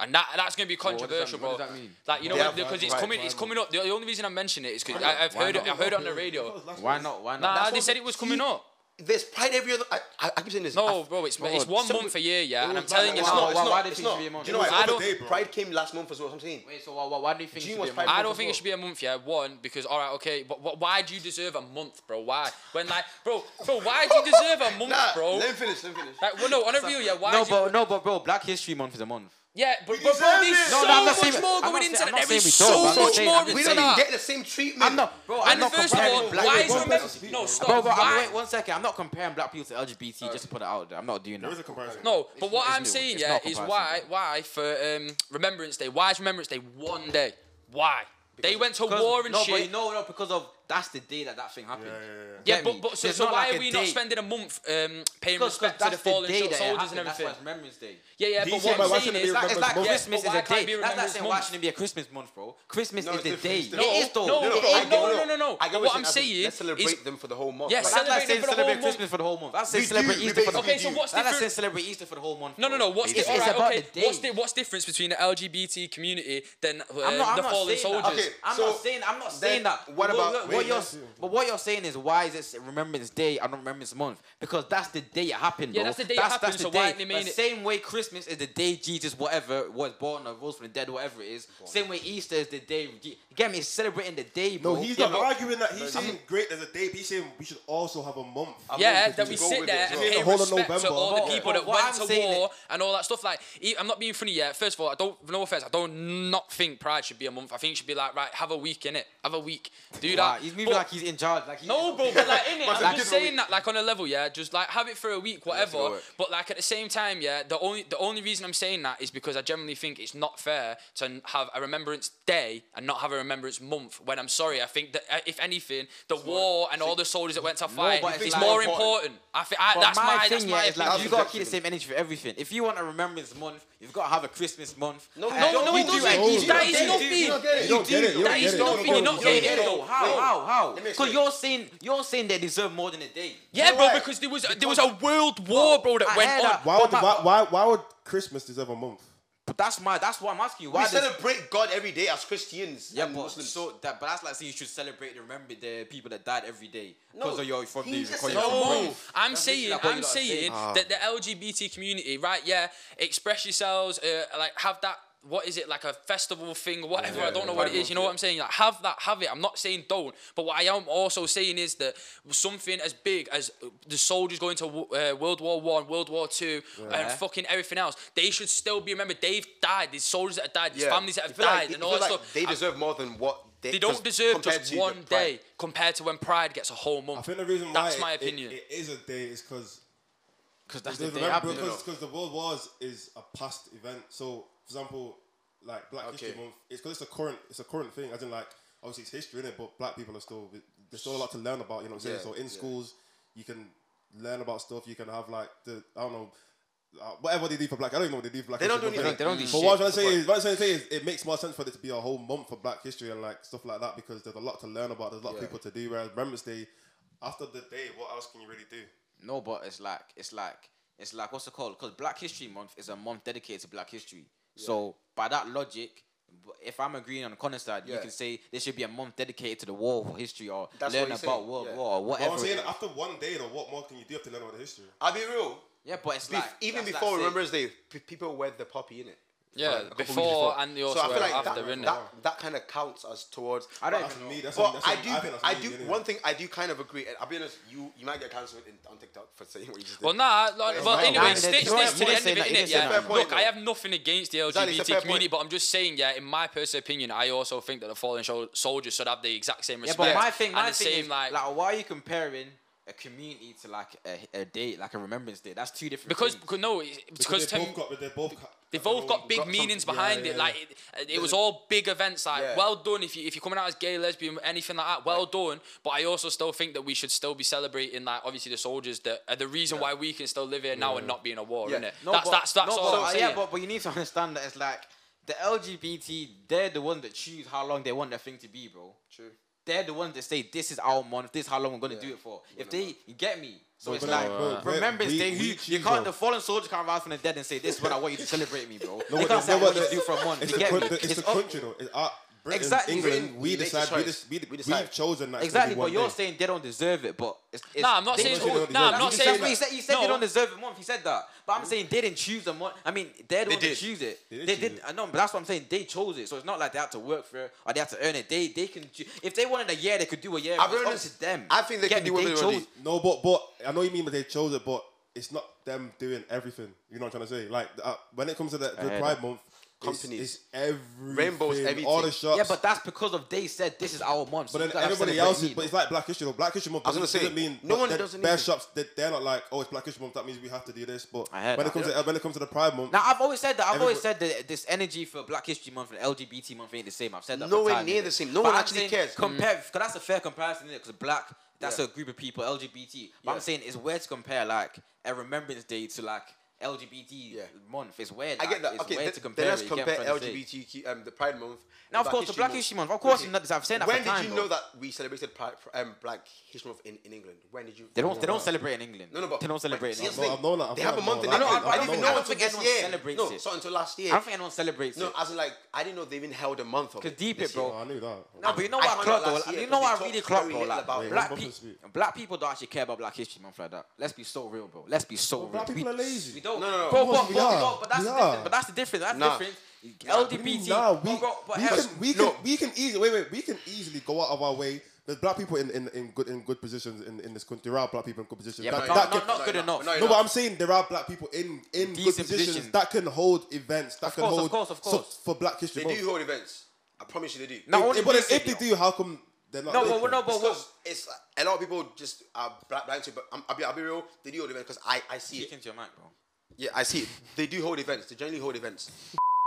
And that, that's going to be does that controversial, mean? What bro. does that mean? Like you know, Yeah, because it's Pride, coming, it's coming up. The, the only reason I mention it is because I've Why heard, it, not? I heard it on the radio. Why not? Why not? Nah, That's they what- said it was coming up. There's pride every other. I, I, I keep saying this. No, I- bro, it's Bro, it's one so- month a year, yeah, and I'm It's telling you not- Why- now. why- it's not- why did it's it not. should be a month? Do you know what? It's I not don't. the day, bro. Pride came last month as well. That's what I'm saying. Wait, so why, why, why do you think Gene it should was be a month? five- I don't as think it well. should be a month, yeah. One, because all right, okay, but, wh- why do you deserve a month, bro? Why? When like, bro, bro, why do you deserve a month, Nah, bro? Let me finish. Let me finish. Like, well, no, on a real, yeah. Why? No, do you, but no, but bro, Black History Month is a month. yeah, but, but bro, deserve there's it. No, so no, I'm not much saying- more I'm not going saying- into I'm that. not There saying we is don't, so but I'm much saying- more I'm into We It's don't even that. get the same treatment. I'm not, bro. I'm And not first of comparing all, black why people- is remember? No, stop. Bro, bro, I'm, why? wait one second. I'm not comparing black people to LGBT just to put it out there. I'm not doing There is that. a comparison. No, but what it's I'm new. saying, It's yeah, not is comparison. why, why for um, Remembrance Day? Why is Remembrance Day one day? Why? They went to Because- war and no, shit. but you know, no, because of that's the day that that thing happened. Yeah, yeah, yeah. Yeah, Get me? but, but so, There's so not why like are a we not day. spending a month um, paying 'Cause- 'cause respect to that's the fallen day shot that it soldiers and happened, that's everything? why it's Remembrance Day. Yeah, yeah, He but said what why I'm shouldn't saying it is, be It's like, it's like Remembrance Month. Christmas Yeah, is a but why can't day. That's it be like Remembrance saying why Month? shouldn't it be a Christmas month, bro? Christmas it's is the different. day. It's It different. is though. No, It no, is no, no, though. no, no, no. I get What you're I'm saying. saying let's is- celebrate them for the whole month. Yeah, Like, That's like Celebrating saying for the whole celebrate month. Christmas for the whole month. That's saying We do, celebrate we Easter for basically the whole Okay, so month. do. That's what's like different? saying celebrate Easter for the whole month. No, no, bro. no. What's It's- the, it's all right, about okay, the day. What's the what's difference between the LGBT community than uh, I'm not, I'm the not fallen saying soldiers? That. Okay, I'm so not saying. I'm not saying then that. what But about- What, wait, what you're, let's see. but what you're saying is why is it Remembrance Day and not Remembrance Month? Because that's the day it happened. Yeah, bro. that's the day it happened, that's the so why day. didn't they mean the it? same way Christmas is the day Jesus, whatever, was born or rose from the dead, whatever it is. Same way Easter is the day. You get me? It's celebrating the day, bro. No, he's Yeah, not but- arguing that. He's saying great. There's a day, but he's saying we should also have a month. Yeah, month that to we go sit with it there as and well. pay The whole of respect to November. all the But- people that but what went I'm to saying war is- and all that stuff. Like, e- I'm not being funny. Yeah, first of all, I don't. No offense, I don't not think Pride should be a month. I think it should be like right, have a week in it, have a week, do Wow, that. he's moving But- like he's in charge. Like he No, is- bro, but like in it, I'm Like- just saying that like on a level, yeah. Just like have it for a week, go whatever. work. But like at the same time, yeah. The only the only reason I'm saying that is because I generally think it's not fair to n- have a remembrance day and not have a remembrance month. When I'm sorry, I think that uh, if anything, the war and all the soldiers that went to fight but it's is like- more important. important. I think I, But that's my, my thing that's yeah, my is like opinion. you gotta keep the same energy for everything. If you want a remembrance month, you've got to have a Christmas month. No, And- no, no, We it do doesn't. at No, least- you that don't is get it. not You being- don't get it. You You don't get do. it. You don't That get is it. not No, being- You're no, not you don't getting get it it. though. How? Wait. How? How? Let me Because explain. you're saying you're saying they deserve more than a day. Yeah, bro, why? because there was there was a world war, bro, that I went hear on. that. Why would But why, my- why why would Christmas deserve a month? But that's my. That's why I'm asking you. Why? We does- celebrate God every day as Christians Yeah, and but Muslims. so that, but that's like saying you should celebrate and remember the people that died every day because No, of your from the he's just saying- because you're No, from No, Britain. I'm That's literally saying, like what you I'm gotta say. saying Ah. that the LGBT community, right? Yeah, express yourselves, uh, like have that. What is it like a festival thing, whatever? I don't know what it is. You know what I'm saying? Like have that, have it. I'm not saying don't, but what I am also saying is that something as big as the soldiers going to wo- uh, World War One, World War Two, and Yeah. fucking everything else, they should still be remembered. They've died. These soldiers that have died, these Yeah. families that You have feel died, like- you and all feel that like stuff. They I- deserve more than what they. they don't 'cause deserve compared just to the one pride. day compared to when Pride gets a whole month. I think the reason that's why my it- it- opinion. it is a day is because because that's the because day happened. because the World Wars is a past event. So, for example, like Black History Okay. Month, it's because it's a current it's a current thing. As in, like obviously it's history in it, but Black people are still there's still a lot to learn about. You know what I'm saying? Yeah, so in yeah. schools, you can learn about stuff. You can have like the I don't know. Uh, whatever they do for black, I don't even know what they do for black. They don't History do Month, anything. innit? They don't do But what I'm trying shit. to say is, what I'm trying to say is, it makes more sense for it to be a whole month for Black History and like stuff like that because there's a lot to learn about. There's a lot of Yeah. people to do. Whereas Remembrance Day, after the day, what else can you really do? No, but it's like it's like it's like what's it called? Because Black History Month is a month dedicated to Black history. So by that logic, b- if I'm agreeing on Connor's side, you Yeah. can say there should be a month dedicated to the war for history or That's what learn he's about saying, World yeah. War or But whatever. I'm it saying is. after one day, though, what more can you do? You have to learn about the history. I'll be real. yeah, but it's Bef- like even that's like before saying- Remembrance Day, p- people wear the poppy in it. Yeah, like, a couple weeks before and the so I also feel like after, that, innit? that, that kind of counts as towards. I don't but- even know. me, that's Well, that's I do. I, I, think that's do. me, innit? One thing I do kind of agree. and I'll be honest. You you might get cancelled in- on TikTok for saying what you just did. Well, nah, like, it's but not. anyway, Nah, stitch it's not this to the fair end point, of it, though. innot? It's Yeah. a fair point, Look, I though. have nothing against the LGBT Exactly, it's a fair community, point. but I'm just saying, yeah, in my personal opinion, I also think that the fallen shol- soldiers should have the exact same Yeah, but respect. my thing, my and the thing same, is, like, like, why are you comparing a community to like a, a date, like a remembrance day? That's two different because, things. because no, it's- because they to, both got, they both ca- They've both got big got meanings something- behind yeah, it. yeah, Like it, it was all big events. Like Yeah. well done if you if you're coming out as gay, lesbian, anything like that. Well done. But I also still think that we should still be celebrating like obviously the soldiers that are the reason why we can still live here now and not be in a war, Yeah. innit? No, that's, but- that's that's no, all but- uh, I'm saying. Yeah, but, but you need to understand that it's like the LGBT, they're the ones that choose how long they want their thing to be, bro. True. They're the ones that say this is our month, this is how long we're gonna do it for. If they you get me, so it's but like no, but- but remembrance we- day. we who- you choose, can't. bro. The fallen soldier can't rise from the dead and say this is what I want you to celebrate me, bro. they but can't the- say no, I want but you to the- do for a month. It's You the get coun- me? It's, the up- country, though. It's our, Britain, Exactly. England. We Make the decide. We, choice. dis- we, We we decide. have chosen that. Exactly, but you're saying they don't deserve it, but it's, it's Nah, I'm not they- saying. They don't nah, I'm deserve not it. He saying. said, he said, he said no, they don't deserve a month. He said that, but I'm saying they didn't choose a month. I mean, they're the They ones that did. choose it. They did did. choose it. I know, but that's what I'm saying. They chose it, so it's not like they had to work for it or they had to earn it. They they can choo- if they wanted a year, they could do a year. I'll I've be it's up honest, to them. I think they can Get me? do what they wanna do. No, but but I know what you mean, but they chose it, but it's not them doing everything. You know what I'm trying to say? Like uh, when it comes to the, the heard Pride Month, Companies. it's, it's everything, Rainbows, all everything. the shots. Yeah, but that's because of they said this is our month. so But then you gotta everybody celebrate else, me, is, but bro. it's like Black History Month. Black History Month I was gonna doesn't, say, doesn't mean no one that does Bear anything. shops, they, they're not like, oh, it's Black History Month. That means we have to do this. But I heard when it that. comes to uh, when it comes to the Pride Month, Now I've always said that. I've always said Everybody- that this energy for Black History Month and LGBT Month ain't the same. I've said that. for Nowhere time, near innit? the same. No But one I'm actually saying cares. Mm. Compare because that's a fair comparison. Because black, that's Yeah. a group of people. LGBT. Yeah. But I'm saying it's weird to compare like a Remembrance Day to like LGBT Yeah. Month. It's weird. I get like, that. It's okay, weird then, to then compare. let's it, you get what I'm compare trying to say. LGBTQ, um, the Pride Month. Now, and of course, the Black History Month. Of course, Okay. and that- I've said that for When did time, you bro. know that we celebrated Pride, um, Black History Month in, in England? When did you? They don't. They don't celebrate in England. No, no, but they don't celebrate but in see, that's England. the thing. I've known that, I've They known have a that, month in I've known England. that. I I don't didn't even know. know I don't until think this anyone year. celebrates No, it. so until last year. I don't think anyone celebrates No, it. as in like I didn't know they even held a month of Cause it. deep this it, year. bro. oh, I knew that. No, but you know I what I found clocked out though? last year you know 'cause what they I really talked clocked very though? little Like, about it. black, Wait, pe- what's this? black people don't actually care about Black History Month like that. Let's be so real, bro. Let's be so real. black people we, are lazy. We don't. No, no, no. Bro, Of but, course but, we but- are. but that's We the difference. are. But that's the difference. That's Nah. different. Mm, LGBT. Nah, we, bro, bro, but we, hell, can, we, can, no. we can easily wait, wait. We can easily go out of our way. There's black people in, in, in good in good positions in, in this country. There are black people in good positions. yeah, That- that but not, can- not, not good no, enough. no, no, but I'm saying there are black people in in good Decent positions positions. that can hold events. That Of can course, of hold course, of so- course. for Black History They Month. do hold events. I promise you, they do. No, If- only but if, decent, if they you do, how come they're not? No, but making no, it? but what? Because it's like, a lot of people just are black blind to it, but I'm, I'll, be, I'll be real, they do hold events because I, I see Speak it. into your mic, bro. Yeah, I see it. They do hold events. They generally hold events.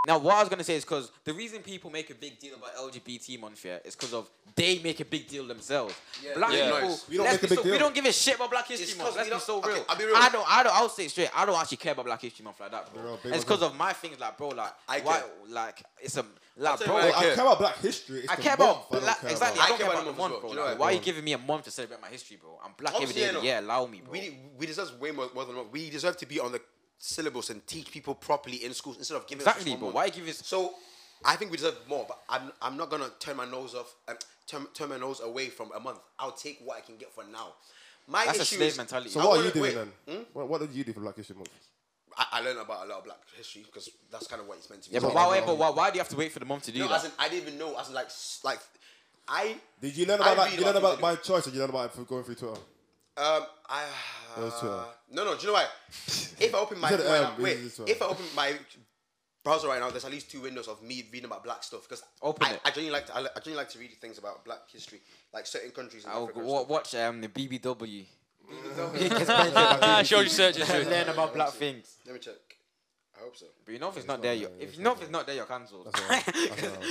Now, what I was gonna say is because the reason people make a big deal about LGBT month here is because of they make a big deal themselves. Yeah. Black Yeah. people, Nice. We don't let's make a be big so, we deal. don't give a shit about Black It's History 'cause Month. Let's we be so don't- real. okay, I'll be real. I don't, I don't, I'll say it straight. I don't actually care about Black History Month like that, Bro, bro. big it's one. because of my things, like, bro, like, I why, care. like, it's a, like, tell you bro, what I I care about Black history. It's I the care month about I don't black. care exactly. about. I don't care about the month, as bro. well. Do you know Like, what? why are you giving me a month to celebrate my history, bro? I'm black every Obviously, yeah, day. of no. the year. allow me, bro. We, we deserve way more, more than what we deserve to be on the syllabus and teach people properly in schools instead of giving us Exactly, just bro. one Why month. give this? So I think we deserve more, but I'm, I'm not gonna turn my nose off, um, turn, turn my nose away from a month. I'll take what I can get for now. My That's a issue slave is, mentality. So I what are wanna- you doing wait, Hmm? then? What, what did you do for Black History Month? I, I learned about a lot of black history because that's kind of what it's meant to be. Yeah, but So- why? But why? Why do you have to wait for the month to do No, that? as in, I didn't even know. As in, like, s- like, I. Did you learn I about that? read You learn things about I my choice, or you learn about it from going through Twitter? do. Um, I. uh, That was Twitter. No, no. Do you know why? If I open my said, right um, now- it wait, is this one. if I open my browser right now, there's at least two windows of me reading about black stuff because Open I, it. I genuinely like to, I, li- I genuinely like to read things about black history, like certain countries. In I'll Africa go, and wa- stuff. watch um the BBW. Ah, show your searches. and learn about black things. Let me check. I hope so. But you know if it's not there, you if you know if it's not there, you're cancelled.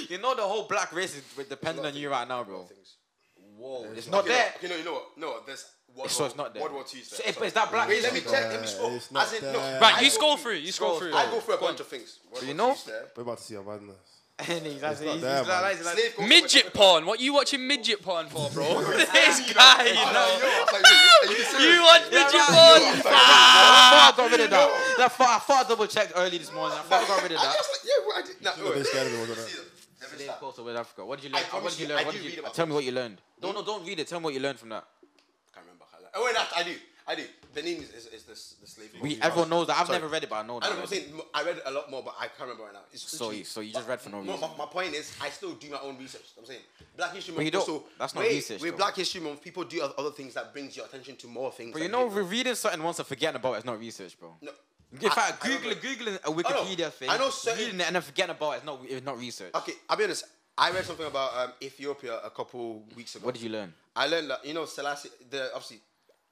You know the whole black race is depending on you right now, bro. Things. Oh. Whoa, it's not there. You know, you know what? No, there's. World So War- it's not there. World War Two. So if- is that black Wait, let me history? check. Let me scroll. It's not As in, there. no, Right, I you go scroll through. You scroll Scroll through. through. I go through a bunch of things. World you War know- Two's there. We're about to see our madness. And he's- he's- not he's there, like- man. he's like- Slave go- Midget porn. What you watching midget porn for, bro? this guy, you know. You watch midget porn? Ah, I thought I got rid of that. That thought- I thought I double checked early this morning. I thought I got rid of that. You're a bit scared of it, wasn't it? Slave Coast of West Africa. What did you learn? I What did promise you, I you learn? What do did you read about tell me what you learned? No, no, don't read it. Tell me what you learned from that. Oh wait, that I do. I do. Benin is, is, is the, s- the slave. We, law. everyone knows that. I've Sorry. never read it, but I know I that. know what I'm saying. M- I read a lot more, but I can't remember right now. It's So you- literally- so you just but read for no My, reason. my point is, I still do my own research. I'm saying Black History Month. But you don't- also- that's not wait, research, With though. Black History Month, people do oth- other things that brings your attention to more things. But that you know, hit- re- reading something once and forgetting about it is not research, bro. no, In fact, I- I don't Google, know. Googling a Wikipedia thing, I know certain- reading it and then forgetting about it is not, it's not research. Okay, I'll be honest. I read something about um, Ethiopia a couple weeks ago. What did you learn? I learned that you know Selassie. The obviously,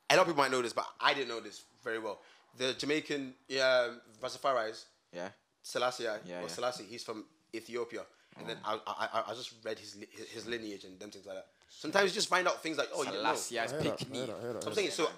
a lot of people might know this, but I didn't know this very well. The Jamaican yeah, um, Rastafari's Yeah. Selassie, yeah, Yeah, or yeah. Oh. Selassie, he's from Ethiopia. And then I, I, I, I just read his, li- his his lineage and them things like that. Sometimes you just find out things like oh Selassie yeah, has picked me. no. I'm saying so.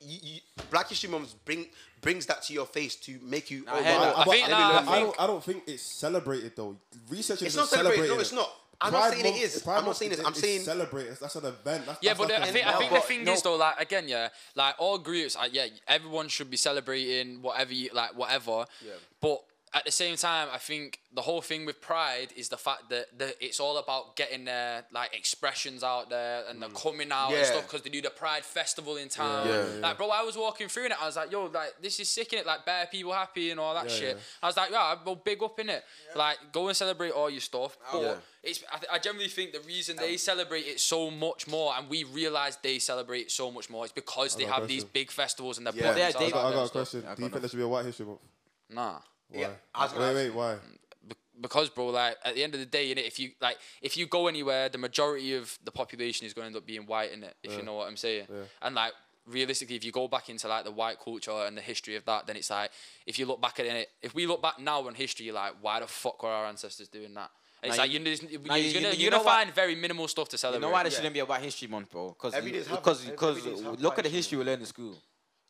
You, you, Black History Month bring brings that to your face to make you. oh, I hear wow, that. I think- let me nah, learn I more." I think- don't, I don't think it's celebrated though. Research It's is not celebrated. No, celebrated. it's not. I'm not Pride saying it Month- is. Pride I'm not Month saying is- it's- I'm is saying- celebrated. That's, that's an event. That's, Yeah, that's but like I an think, I event. think but the thing no- is though, like again, yeah, like all groups, uh, yeah, everyone should be celebrating whatever, you, like whatever. Yeah. But at the same time, I think the whole thing with pride is the fact that, that it's all about getting their like expressions out there and the coming out Mm. Yeah. and stuff because they do the pride festival in town. Yeah, Like, bro, I was walking through and I was like, yo, like this is sick in it, like bare people happy and all that shit. I was like, yeah, well, big up in it. Like, go and celebrate all your stuff. But Yeah. it's I, th- I generally think the reason they celebrate it so much more and we realize they celebrate it so much more is because they got a have these question. big festivals and they're Yeah. yeah, Yeah, they- I got, I got a Stuff. question. Yeah, I Do you got think there should be a White History Month? nah Why? Yeah, I was gonna wait, wait, ask why? Be- because bro like at the end of the day in it if you like if you go anywhere the majority of the population is going to end up being white in it if you know what i'm saying and like realistically if you go back into like the white culture and the history of that then it's like if you look back at it if we look back now on history like why the fuck were our ancestors doing that And it's Now like you- you, are now gonna, you- you- you're you know gonna what- find very minimal stuff to You celebrate know why there Yeah. shouldn't be a White History Month, bro? Because Every day's half- because every- because every day's half look White at the History history we learn in school.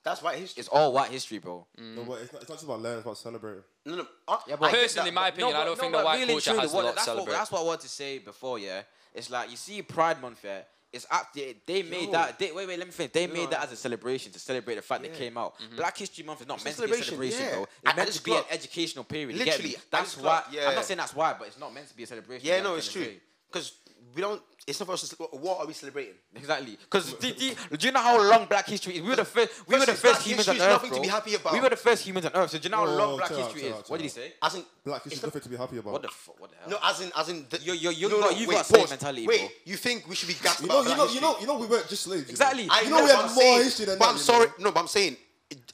That's why history. It's all White history, bro. Mm. Mm. No, but it's not, it's not just about learning. It's about celebrating. No, no. I, Yeah, but- I get Personally, that, my but- opinion, I but- don't think the but white really and culture truly, has a what- lot to that's celebrate. What, that's what I wanted to say before, yeah. It's like you see Pride Month, yeah. It's act- they, they made that. They, wait, wait, let me finish. They made that as a celebration to celebrate the fact they came out. Black History Month is not meant to be Mm-hmm. a celebration, celebration, yeah. I- I bro. It's meant just to be an clocked- educational period. you get Literally, me? I that's just why. clocked- I'm yeah. not saying that's why, but it's not meant to be a celebration. Yeah, you know no, what I'm it's trying true. to say. Because we don't. It's not for us. To, what- what are we celebrating? Exactly. Because do, do, do you know how long black history is? We were the first we were the Versus first black humans on history earth. is nothing to bro. be happy about. We were the first humans on earth. So do you know how Whoa, long black chill out, history chill is? out, what did chill he out. say? As in, Black history is nothing to be happy about. What the fuck what the hell? no, as in, as in. The, You- you- you no, got- no, you wait, got slave pause. mentality, Wait, bro. you think we should be gassed you know, about you black know, you history? know, you know, we weren't just slaves. you know? Exactly. I You know know, we but had I'm more saying- history than But that, I'm you sorry. know? No, but I'm saying. it-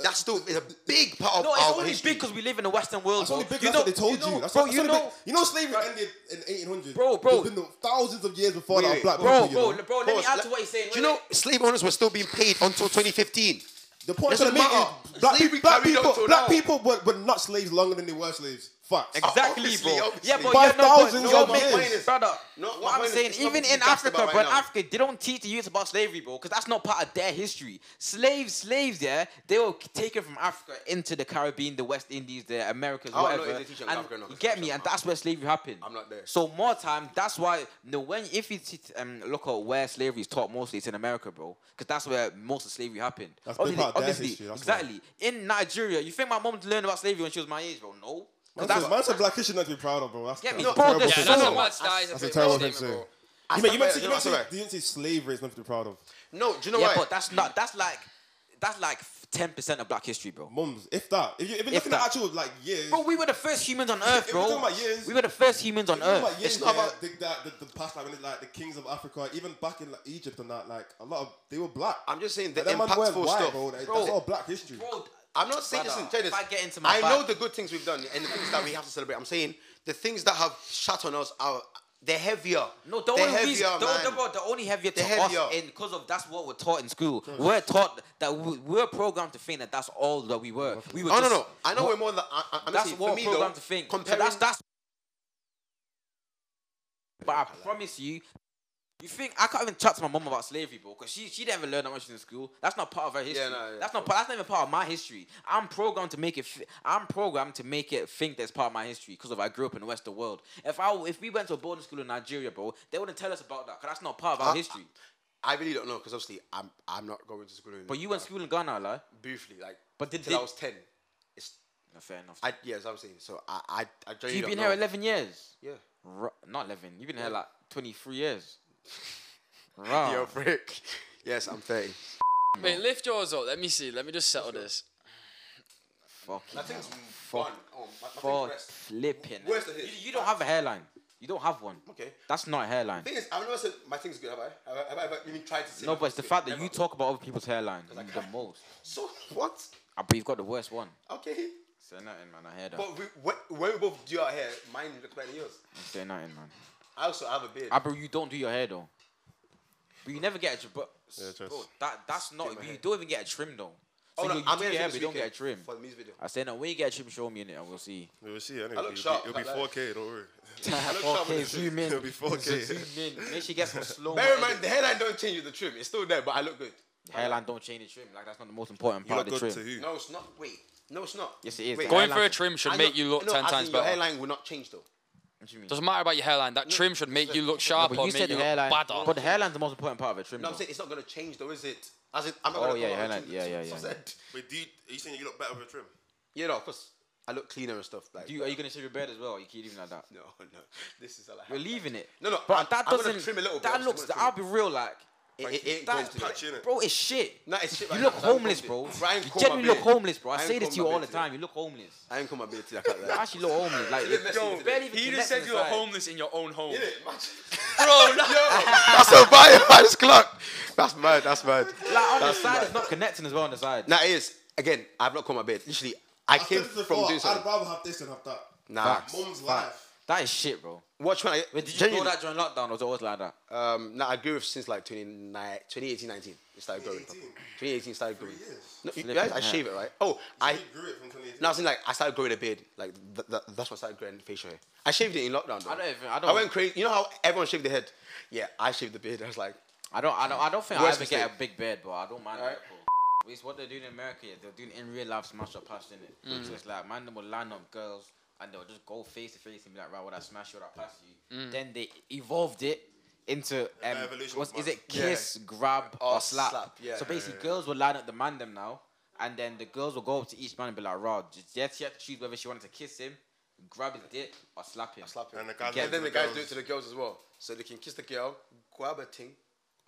That's still it's a big part of No, it's our only history. big because we live in the Western world. That's bro. only big. You That's know- what they told know- you. That's bro, what, you that's what they- know, you know, slavery Bro. ended in 1800. Bro, bro. There's been thousands of years before Wait, that. wait, of Black people, bro, you bro, know? le- bro, let me Pause. add to what he's saying. Do you know slave owners were still being paid until 2015? The point that Doesn't I'm making matter. is black, Slavery pe- black carried on people, till black now. people were, were not slaves longer than they were slaves. Facts. Exactly, Obviously, bro. obviously. Yeah, but By yeah, no, but- thousands no, of but years. point is, brother. No, what, my I'm point is saying, it's even nothing in to be gassed Africa, about bro, in right now. Africa, they don't teach the youth about slavery, bro, because that's not part of their history. Slaves, slaves, yeah, they were taken from Africa into the Caribbean, the West Indies, the Americas, Oh, no, whatever. they teach it in and Africa, no, you get me, I'm and that's where slavery happened. I'm not there. So more time. That's why no, when if you t- um, look at where slavery is taught mostly, it's in America, bro, because that's where most of slavery happened. That's been part of their history, that's why. exactly. In Nigeria, you think my mom learned about slavery when she was my age, bro? No. 'Cause Man said- man said black history not to be proud of, bro. That's, Get me, that's a bro, terrible there's thing yeah, to no that's say. a one- mad that is a That's a big terrible thing statement, to say. bro. You meant you meant to- you You know meant what, to say sorry. you didn't say slavery is nothing to be proud of. No, do you know yeah, why? but that's not. That's like. That's like ten percent of Black history, bro. Mums, if that, if you if you're If looking at that. actual like years, Bro, we were the first humans on Earth, If bro. we're talking about years- we were the first humans on It's not Earth. about years, It's not yeah, about- the, that- the, the past, like when it's like the kings of Africa, even back in like, Egypt and that, like a lot of they were black. I'm just saying the But them man weren't impactful white, stuff. bro. Like, Bro. That's all black history. Bro, I'm not saying Brother, listen, check this. if I get into my I know bag- the good things we've done and the things that we have to celebrate. I'm saying the things that have shat on us are they're heavier. no, the they're only heavier, reason, the, man. the, bro, the only heavier to They're heavier. us, and because of that's what we're taught in school. We're taught that we, we're programmed to think that that's all that we were. We were. Oh no just- no! I know we're more than I, I- I'm That's saying, what for we're me programmed though. to think. So Comparing that's that's. But I promise you, you think I can't even chat to my mom about slavery, bro, because she she didn't even learn that much in school. That's not part of her history. no, yeah, that's not part. That's not even part of my history. I'm programmed to make it. Fi- I'm programmed to make it think that's part of my history because of I grew up in the Western world. If I if we went to a boarding school in Nigeria, bro, they wouldn't tell us about that because that's not part of our I- history. I really don't know because obviously I'm I'm not going to school. In, But you went to school in Ghana, like. briefly, like, But did- till I did- was ten. It's No, fair enough. I yeah, as I was saying. So I I I genuinely You've don't been know. here 11 years. Yeah. Ru- not 11. You've been here like 23 years. Yo, Right. brick. yes, I'm thirty. Wait, lift yours up. Let me see. Let me just settle this. Fucking think it's fuck. one. Oh, my, my for best. flipping. Worst of You, his. you don't have a hairline. You don't have one. Okay. That's not a hairline. Thing is, I've never said my thing's good, have I? Have I, have I ever even tried to say No, my but it's the thing's fact good? that you Never. talk about other people's hairline I the can't. most. So, what? I bet you've got the worst one. Okay. Say nothing, man. I heard that. But we, when, when we both do our hair, mine looks better than yours. Say nothing, man. I also have a beard. I bet you don't do your hair though. But you never get a bro. Yeah, trust. bro that that's not. my You hair. don't even get a trim though. So no, you, you I'm do gonna your do hair, but this you don't get a weekend trim. For the music video. I say no. When you get a trim, show me in it, and we'll see. We will see anyway. look It'll be, sharp, it'll be like that. 4K, don't worry. okay, zoom in. It'll be 4K. Zoom in. Make sure you get some slow. Bear in mind, the hairline don't change with the trim. It's still there, but I look good. Hairline don't change the trim. Like that's not the most important You part look of the good trim. to who? No, it's not. Wait. No, it's not. Yes, it is. Wait, The Going hairline for a should- trim should I make know- you look no, ten as in times Your better. hairline will not change though. What do you mean? Doesn't matter about your hairline. That trim should make you look sharper, but you make said the you look hairline. badder. But the hairline's the most important part of a trim. No, I'm though. saying it's not gonna change though, is it? As in, I'm not Oh, gonna. yeah, go out hairline- and- yeah, yeah, yeah. said- Wait, do you, are you saying you look better with a trim? Yeah, no, of course. I look cleaner and stuff. Like, Do you, are you gonna shave your beard as well? Or you keep leaving it like that. no, no, this is all I have. You're leaving it. No, no, but I'm- that I'm gonna doesn't. trim a little bit, that I'm looks. gonna trim I'll it. be real. Like it, Thank it, you. it, Going that, to the- Patch, innit? bro, it's shit. No, it's shit. You right look now. That's homeless, what bro. I'm doing. Brian you Coleman genuinely look beard. homeless, bro. I Brian say this to you Coleman all the beard. time. You look homeless. I ain't come my beard till I cut You that. actually look homeless. Like Yo, you barely even He just connecting said the you were sides. homeless in your own home. Did it? Imagine. Bro, no. That's a vibe. I just clocked. That's mad. That's mad. Like on the side, it's not connecting as well on the side. Now it is. Again, I've not come my beard. Literally, I, I said came this from before, doing I'd something. rather have this than have that. Nah. Facts. Mum's life. That is shit, bro. Watch when I. But did you genuinely, know that during lockdown was always like that? Um, nah, I grew with since like 29 2018, 19. It started growing. proper. 2018 started growing. years. No, you Flipping guys, I heck. shave it, right? Oh, I. You grew it from 2018. No, I was in, like, I started growing a beard. Like, th- th- that's when I started growing facial hair. I shaved it in lockdown, though. I don't even- I don't- went crazy. You know how everyone shaved their head? Yeah, I shaved the beard. I was like, I don't, I don't, I don't think I Worst ever get a mistake. big beard, but I don't mind Alright. that. bro. But It's what they're doing in America. yeah, They're doing in real life smash up pass, innit? it? So it's like man, they will line up girls and they'll just go face to face and be like, right, would I smash you or I pass you? Then they evolved it into um, evolution what's, was is it mad. kiss, grab, or, Or slap? slap, yeah. So basically, girls will line up the man them now, and then the girls will go up to each man and be like, right, just- yes, she had to choose whether she wanted to kiss him, grab his dick, or slap him. slap it. And the guys Yeah, do And it then to the guys do girls. it to the girls as well. So they can kiss the girl, grab a ting,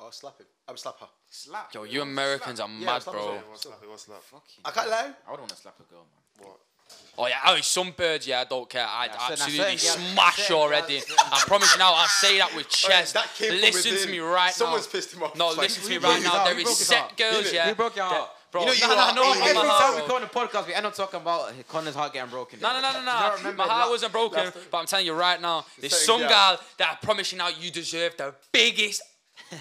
or slap it. I would slap her. Slap. Yo, you Americans are Yeah, mad, slap as bro. well. What's that? What's that? Fucking- I can't lie. I would want to slap a girl, man. Oh yeah, oh, some birds, yeah, I don't care. I Yeah, certain- absolutely certain girls- smash certain already. girls- I promise you now, I say that with chest. that came from listen to within. me right Someone's now. pissed him off. No, Like, listen to we me broke right his now. heart, There we is broke his set heart. girls, Innit? yeah. We broke your that- heart. Bro, You know, you no, know how- Hey, no, no, no, Every Every no, time we no. go on the podcast, we end up talking about Connor's heart getting broken. No, no, no, no, no. My heart wasn't broken, but I'm telling you right now, there's Certain some girl. girl that I promise you now, you deserve the biggest.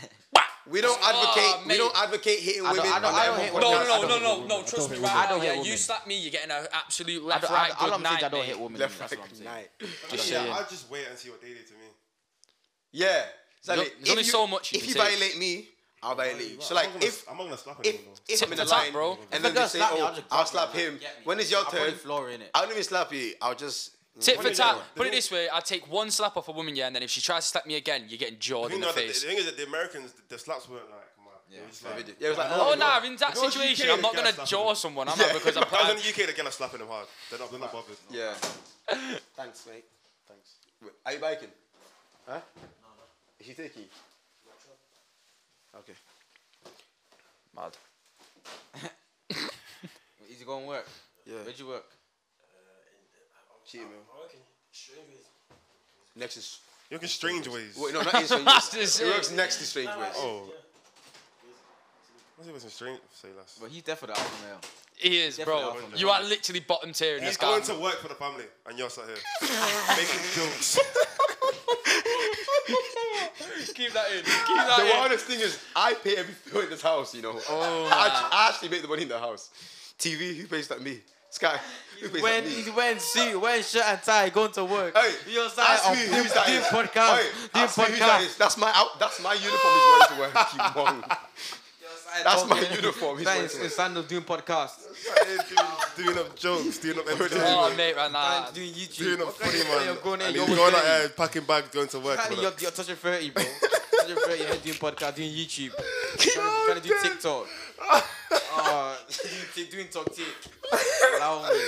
We don't advocate. we Ah, mate. don't advocate hitting women. I don't- on I don't that hate podcast. women. No, I no, no, don't no, hate no, women. no. I Trust don't me hate right women. I now. don't hate Yeah, you women. slap me, you're getting an absolute I left, don't, right, I, good don't think I night. don't hit mate. women. Left, that's right, what I'm good saying. night. Just Yeah, saying. I'll just wait and see what they do to me. Yeah. Exactly. There's If only so much you If can you take. violate me, I'll violate you. So I'm like, not gonna, if I'm not gonna slap if anyone though. if I'm in the Tip-tap, line, bro. and then If a they girl say, slap you, "Oh, I'll just I'll grab slap you, like, him." get me. When is your I'll turn? probably floor in it. I don't even slap you. I'll just. mm. Tit for Yeah. tat. Put it They this way: I take one slap off a woman, yeah, and then if she tries to slap me again, you're getting jawed The thing, in the that the, the face. thing is that the Americans, the, the slaps weren't like, man. Yeah, just like, Yeah, it was like, Oh oh, no, nah, in that If I was situation, UK, I'm not I'd gonna slap jaw him. someone, am I? Because I I'm was playing. in the UK, they're gonna slap him hard. They're not, they're not bothered. Yeah. Thanks, mate. Thanks. Wait, Are you biking? Huh? No. Is she taking? you? Okay. Mad. Is he going to work? Yeah. Where'd you work? Cheating, man. Next is. You're looking strange ways. Wait, no, not in strange ways. That's It works insane. next to strange ways. Oh. I think it was in strange. Say less. But he's definitely out of mail. He is, bro. Definitely You are literally bottom tier in He's this going guy. to work for the family, and you're sat here making jokes. Keep that in. Keep The that wildest thing is, I pay every bill in this house, you know. Oh, I, I actually make the money in the house. TV, who pays that? Me. Sky, who pays When that? Me. he's wearing suit, wearing shirt and tie, going to work. Hey, you're ask on me who's that doing is. oh, podcast, Hey, doing ask me who's that podcast. is. That's my out, that's my uniform he's wearing to work. You monk. That's my uniform, he's He's that wearing is to work. is Sandal doing podcast. Sat here doing, doing up jokes, doing up in. entertainment, Oh, mate, right now. Sandal's Uh, doing YouTube. doing up funny man. You're going in, and you're he's going with out here packing bags, going to work. Apparently, you're, brother. you're touching 30, bro. touching 30, you're doing podcast, doing YouTube. Trying, trying to do TikTok. Uh, doing, doing talk tape. Allow me,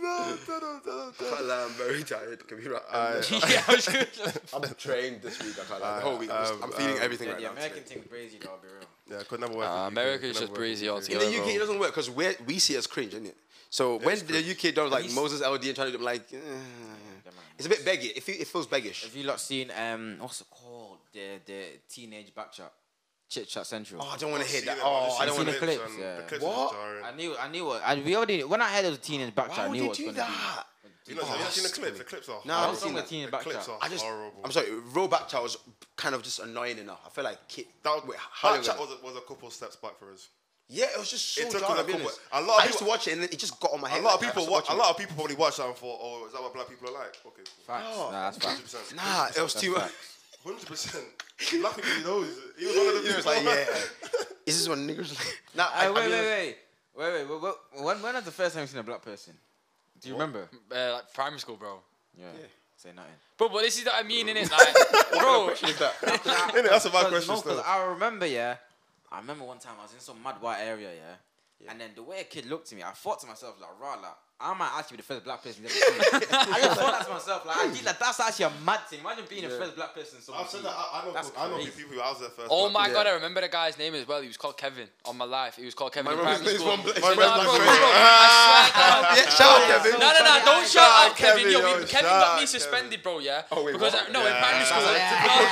bro. no, no, no, no, no. can't lie, I'm very tired. Can we uh, wrap? I'm, Ah, yeah, I was just- I'm trained this week. I can't lie. The whole week, I'm, just- I'm um, feeling um, everything Yeah, right the now. American today. thing's crazy, though, I'll be real. Yeah, could never work. Uh, in the UK, America's could never just work breezy the UK. In altogether. the bro. UK, it doesn't work because we see it as cringe, isn't it? So when the UK does like He's- Moses LD and trying to do like, eh, Yeah, man. it's a bit beggy. It, fe- it feels beggish. Have you lot seen um what's it called? The the teenage back chat, chit chat central. Oh, I don't want to hear See that. them, I've Oh, just I seen don't want the to. clips, and yeah. The clips What? Are just I jarring. knew I knew it. And we already when I heard it was teenage back chat, Why I would knew you what it do was gonna be. that? You know, have you not seen the clips? The clips are No, I haven't What's wrong seen with that. teenage The back clips chat? are I just, horrible. I'm sorry, Raw Backchat was kind of just annoying enough. I feel like Kit. That, wait, that Hollywood. chat was, a- was a couple steps back for us. yeah, it was just so It took us jarring. a I'll be couple- honest. a lot of I used to people- watch it and it just got on my A head. lot of like, I people stopped watch. A watching lot of people probably watch that and thought, "Oh, is that what black people are like?" Okay, Facts. Nah, that's facts. cool. Nah, it was too much. hundred percent. Black people, you know, he was one of the. It was like, yeah. Is this what niggas like? Nah, I, Uh, I wait, wait, mean, wait, wait, wait, wait, wait. When when was the first time you seen a black person? Do you remember? Uh, like primary school, bro. Yeah. Say nothing. Bro, but this is what I mean, innit? Like, bro, Innit, that's a bad Because- question no, 'cause still. I remember, yeah. I remember one time I was in some mad white area, yeah. And then the way a kid looked at me, I thought to myself, like, rah, like, I might actually be the first black person you've ever seen. I just thought that to myself, like, I did, like, that's actually a mad thing. Imagine being the first black person I've someone's said that. seen. I, I know. That's I know crazy. people who I was there first. oh but- my Yeah. god, I remember the guy's name as well. He was called Kevin on my life. He was called Kevin. in remember his primary name's school. one black- my No, no, remember's bro, black bro, friend. I swear to God. Yeah, shout out, Kevin. No, no, no! Don't shout out Kevin. Kevin, Yo, yo, Kevin shout got me out suspended, bro. Yeah, Oh, wait, because what? I, no, in primary school. Yeah.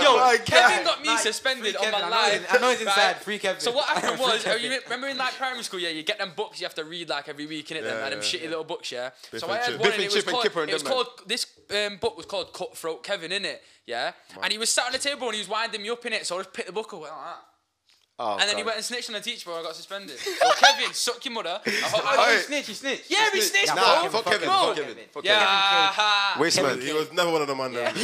Kevin- Yo, Like, Kevin got me Like, suspended free on Kevin, my I know life. it's- I know it's inside, right? free Kevin. So what happened Free was, uh, Kevin. you remember in like primary school, yeah, you get them books you have to read like every week in it, Yeah, them, like them yeah, shitty little books, yeah. and so I Chip. had one, Biff and and it was Chip and called, Kipper and it was them, man. called this um, book was called Cutthroat Kevin, in it, yeah. And he was sat on the table and he was winding me up in it, so I just picked the book up went like that. Oh, And then he God. went and snitched on the teacher, bro. I got suspended. Yo, Kevin, suck your mother. I hope- Oh, Alright. he snitched, he snitched. Yeah, he snitched, Nah, bro. fuck Kevin, Bro. fuck Kevin, fuck Yeah. Kevin. ha. Waste man. He was never one of the man. Yeah. I bet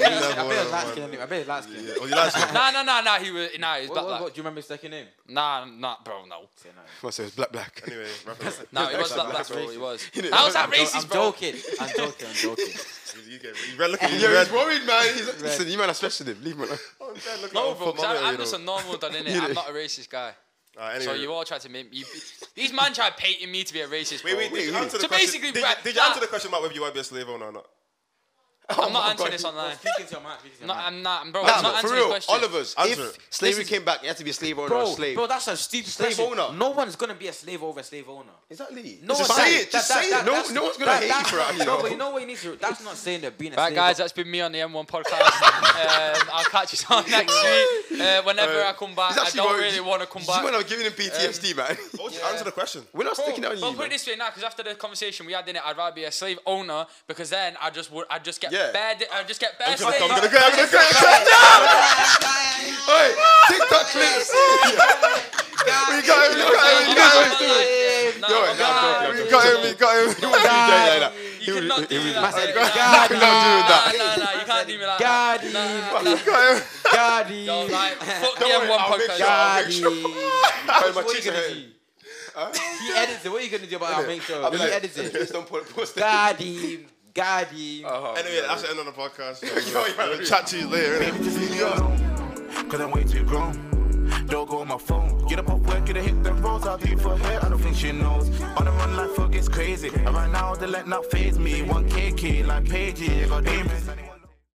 Never it one was of light the skin man. anyway. I bet it was light skin. Yeah. Oh, you last Nah, nah, nah, nah. He was nah. He was What, black. what, black. what, do you remember his second name? Nah, nah, bro, no. Say nothing. Must say it was black, black. Anyway, wrap it up. No, he was black, black, that's bro. racist. He was. How's that I'm racist, bro? joking. I'm joking. I'm joking. You get you read. Look at you Yeah, read. he's worried, man. He's like, listen, you man are special, dude. Leave him alone. Oh, yeah, look at No, old bro, 'cause Fat Mario, I'm, I'm you know. just a normal done, innit? I'm not a racist guy. Ah, Alright, So anyway. you all tried to make you, these man tried painting me to be a racist. Bro. Wait, wait, did you answer the So question? basically, did, you, right, did you nah. answer the question about whether you might be a slave owner or not? I'm not answering this online. Speaking to your man. Speaking to your No, man. I'm not, bro. Nah, I'm not but for answering real, this question. all of us. Answer if it. slavery came back, you had to be a slave owner or Bro, a slave. bro, that's a stupid Slave question. owner. No one's gonna be a slave over a slave owner. exactly. No just one's say gonna- it. Just that- say that- it. No, that's- no one's gonna that- hate you that's for it. not- You No, know. but you know what you need to. That's not saying that being a Right, slave. guys, that's been me on the M1 podcast. um, I'll catch you on next week. Uh, whenever I come back, He's I actually don't worried. really Um, want to come You back. might have given him PTSD, man. Oh, just Answer the question. We're not sticking Bro, out on but you. put man. it this way now, because after the conversation we had in it, I'd rather be a slave owner because then I just would, I just get Yeah. bad, I just get bad. I'm slave. gonna go. I'm gonna go. Oi, TikTok clips. We got him. We got him. We got him. No, Yo, no, I'm not- no, no, We got him. We got him. He wouldn't do that like that. would- he You cannot do me like that. would- he would not do God, that. Nah, nah, nah, you can't do me like that. Gaddy, We got him. Gaddy, Yo, like, fuck the Don't worry, M1 I'll make sure. I'll podcast. make Gaddy. sure. Sorry, my What are you cheeks are gonna hurting. do? He edits it. What are you gonna do about? I'll make sure. I'll be He like, edits it. Please don't put post that. Gaddy, Oh, Gaddy. Anyway, that's the end of the podcast. Yo, yo, yo. We'll Chat to you later. innit? Cause I'm way too grown. Don't go on my phone. Get up off work, get a hit them rolls. I'll do for her. I don't think she knows. On the run, life fuck is crazy. And right now, they let not phase me. One KK like Paige, yeah, got demons.